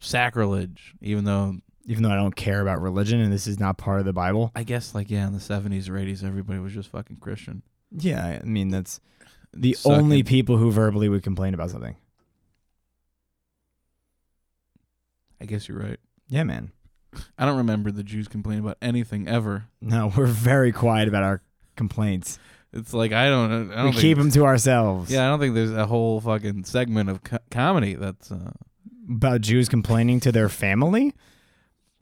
sacrilege, even though Even though I don't care about religion and this is not part of the Bible. I guess like yeah, in the seventies or eighties, everybody was just fucking Christian. Yeah, I mean that's the Suck only it. people who verbally would complain about something. I guess you're right. Yeah, man. I don't remember the Jews complaining about anything ever. No, (laughs) we're very quiet about our complaints. It's like I don't. I don't We think- keep them to ourselves. Yeah, I don't think there's a whole fucking segment of co- comedy that's. Uh, About Jews complaining to their family,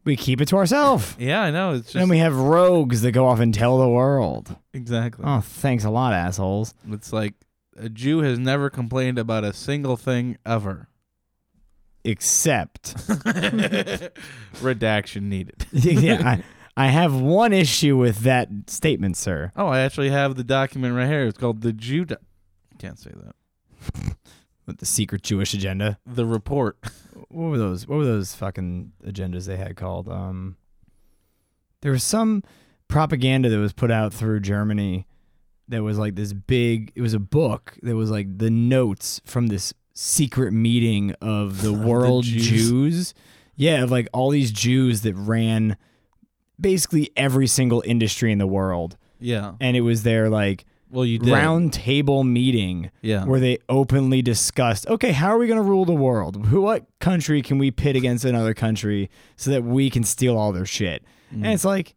we keep it to ourselves. yeah, I know. (laughs) It's just and we have rogues that go off and tell the world. exactly. Oh, thanks a lot, assholes. It's like a Jew has never complained about a single thing (laughs) ever. Except, Redaction needed. (laughs) yeah, I, I have one issue with that statement, sir. Oh, I actually have the document right here. It's called the Jew. Do- Can't say that. With the secret Jewish agenda. The report. What were those? What were those fucking agendas they had called? Um, there was some propaganda that was put out through Germany that was like this big. It was a book that was like the notes from this secret meeting of (laughs) the world Jews. Jews. Yeah, of like all these Jews that ran basically every single industry in the world, Yeah. and it was their like Well, you did. round table meeting Yeah. where they openly discussed okay how are we going to rule the world Who, what country can we pit against another country so that we can steal all their shit Mm. and it's like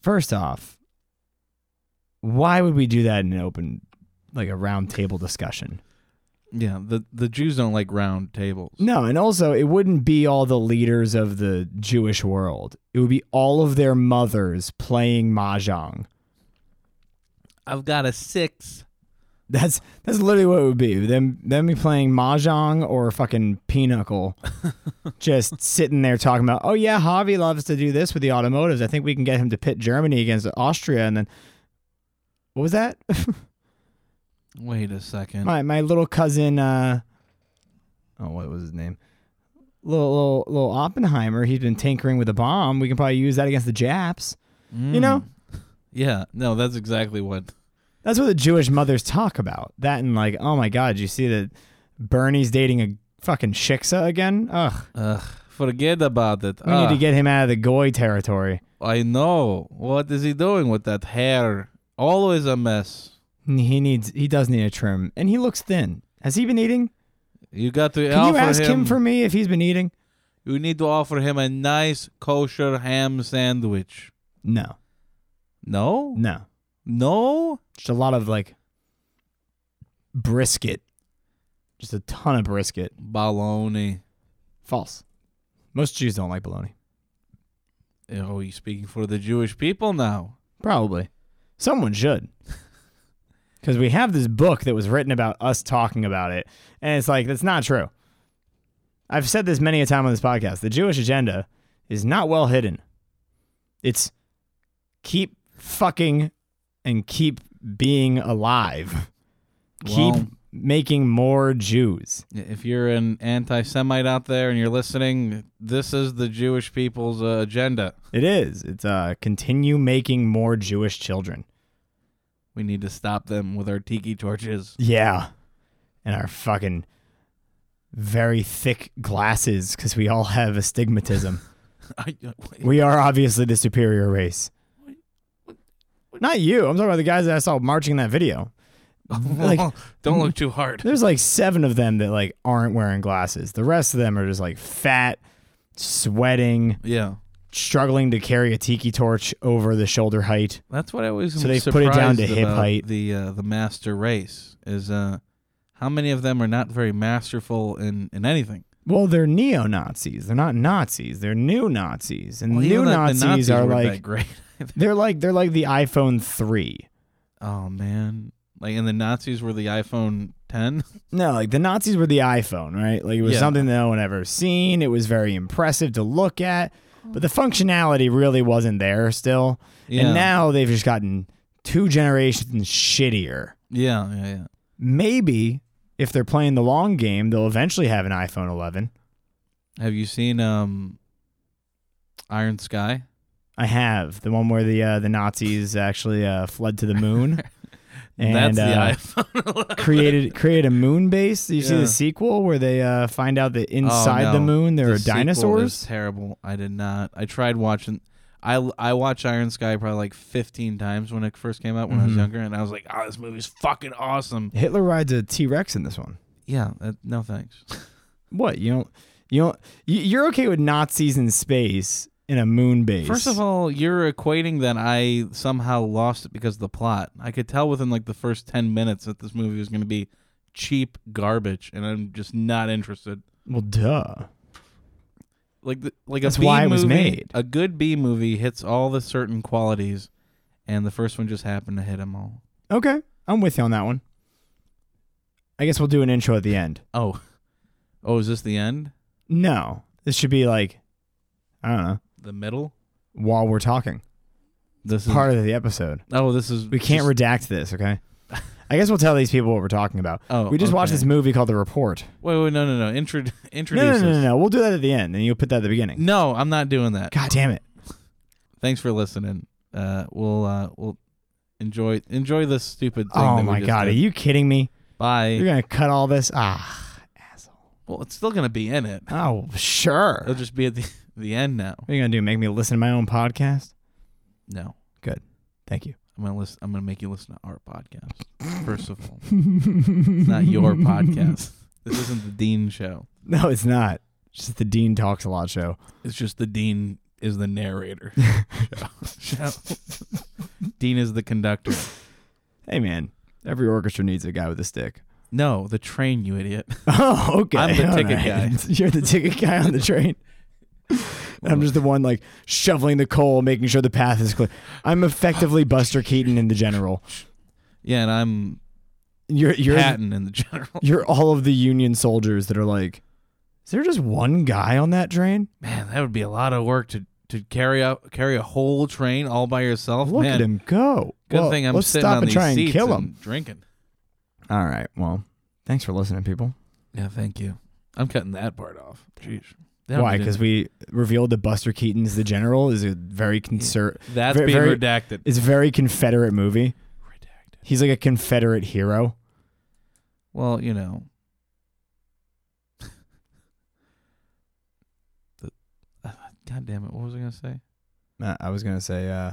first off why would we do that in an open like a round table discussion yeah. The the Jews don't like round tables. no and also it wouldn't be all the leaders of the jewish world it would be all of their mothers playing mahjong I've got a six. That's that's literally what it would be. Them them be playing mahjong or fucking pinochle, just sitting there talking about, oh yeah, Javi loves to do this with the automotives. I think we can get him to pit Germany against Austria, and then what was that? (laughs) Wait a second. my my little cousin, uh, oh what was his name? Little, little little Oppenheimer. He's been tinkering with a bomb. We can probably use that against the Japs. You know, Mm. yeah. No, that's exactly what. That's what the Jewish mothers talk about. That and like, oh my God, you see that Bernie's dating a fucking shiksa again? Ugh, Ugh. Forget about it. we Ah, need to get him out of the goy territory. I know. What is he doing with that hair? Always a mess. He needs, he does need a trim, and he looks thin. Has he been eating? You got to Can offer you ask him. him for me if he's been eating? You need to offer him a nice kosher ham sandwich. No, No? no. No? Just a lot of like brisket, just a ton of brisket. Baloney. False. Most Jews don't like bologna. Oh, you speaking for the Jewish people now. Probably. Someone should. Because we have this book that was written about us talking about it. And it's like, that's not true. I've said this many a time on this podcast. The Jewish agenda is not well hidden. It's keep fucking and keep being alive. Well- keep making more Jews. If you're an anti Semite out there and you're listening, this is the Jewish people's uh, agenda. It is. It's uh continue making more Jewish children. We need to stop them with our tiki torches. (laughs) Yeah. And our fucking very thick glasses because we all have (laughs) astigmatism. I- we are obviously the superior race. Not you. I'm talking about the guys that I saw marching in that video. like- (laughs) Don't look too hard. There's like seven of them that like aren't wearing glasses. The rest of them are just like fat, sweating, Yeah. struggling to carry a tiki torch over the shoulder height. That's what I always So am they put it down to surprised hip about height. The uh, the master race is uh, how many of them are not very masterful in, in anything. Well, they're neo Nazis. They're not Nazis. They're new Nazis. And Well, new even the- the Nazis, are weren't like that great. (laughs) They're like they're like the iPhone three. oh man, like and the Nazis were the iPhone (laughs) 10. No, like the Nazis were the iPhone, right? Like it was Yeah. something that no one ever seen. It was very impressive to look at, but the functionality really wasn't there still. Yeah. And now they've just gotten two generations shittier. yeah, yeah, yeah. Maybe if they're playing the long game, they'll eventually have an iPhone 11. Have you seen um, Iron Sky? I have the one where the uh, the Nazis actually uh, fled to the (laughs) moon. And, That's the uh, (laughs) iPhone. 11. (laughs) created create a moon base. You see Yeah. the sequel where they uh, find out that inside Oh, no. the moon there The are sequel dinosaurs. Is terrible. I did not. I tried watching. I I watched Iron Sky probably like 15 times when it first came out when I was Mhm. younger, and I was like, "Oh, this movie's fucking awesome." Hitler rides a T Rex in this one. Yeah. That, no thanks. What you don't you don't you- you're okay with Nazis in space in a moon base? First of all, you're equating that I somehow lost it because of the plot. I could tell within like the first 10 minutes that this movie was going to be cheap garbage, and I'm just not interested. well, duh. Like the, like a That's B why it movie, was made. A good B movie hits all the certain qualities, and the first one just happened to hit them all. Okay, I'm with you on that one. I guess we'll do an intro at the end. Oh, oh, is this the end? No, this should be like I don't know The middle? while we're talking This is part of the episode. Oh, this is We can't just- redact this, okay? (laughs) I guess we'll tell these people what we're talking about. Oh, we just watched okay. this movie called The Report. Wait, wait, no, no, no. Intro- introduce. (laughs) No, no, no, us. no, no. We'll do that at the end, and you'll put that at the beginning. No, I'm not doing that. God damn it. Thanks for listening. Uh, we'll uh, we'll enjoy enjoy this stupid. Thing Oh that we my just god, are did. you kidding me? You're Bye. gonna cut all this? Ah, Well, it's still gonna be in it. oh sure. It'll just be at (laughs) the the end now. What are you gonna do? Make me listen to my own podcast? No. Good. Thank you. (laughs) I'm gonna listen. I'm gonna make you listen to our podcast. First of all, it's not (laughs) your podcast. This isn't the Dean show. No, it's not. It's just the Dean Talks a Lot show. It's just the Dean is (laughs) the narrator. (laughs) show. Dean is the conductor. Hey, man. Every orchestra needs a guy with a stick. (laughs) No, the train, you idiot. (laughs) Oh, okay. I'm the All ticket guy. (laughs) You're the ticket guy on the train. (laughs) And I'm just the one like shoveling the coal, making sure the path is clear. I'm effectively Buster Keaton in the general. Yeah, and I'm You're you're Patton in the general. (laughs) you're all of the Union soldiers that are like, is there just one guy on that train? Man, that would be a lot of work to to carry out carry a whole train all by yourself. Look Oh, Man, at him go. Good Well, thing I'm let's sitting stop on and these try and seats kill him. and drinking. All right. Well, thanks for listening, people. Yeah, thank you. I'm cutting that part off. Jeez. That Why? didn't- Because we revealed that Buster Keaton's The General is a very conser- that's ve- being very- redacted. is a very Confederate movie. redacted. He's like a Confederate hero. Well, you know. (laughs) The- God damn it! What was I gonna say? Uh, I was gonna say, uh,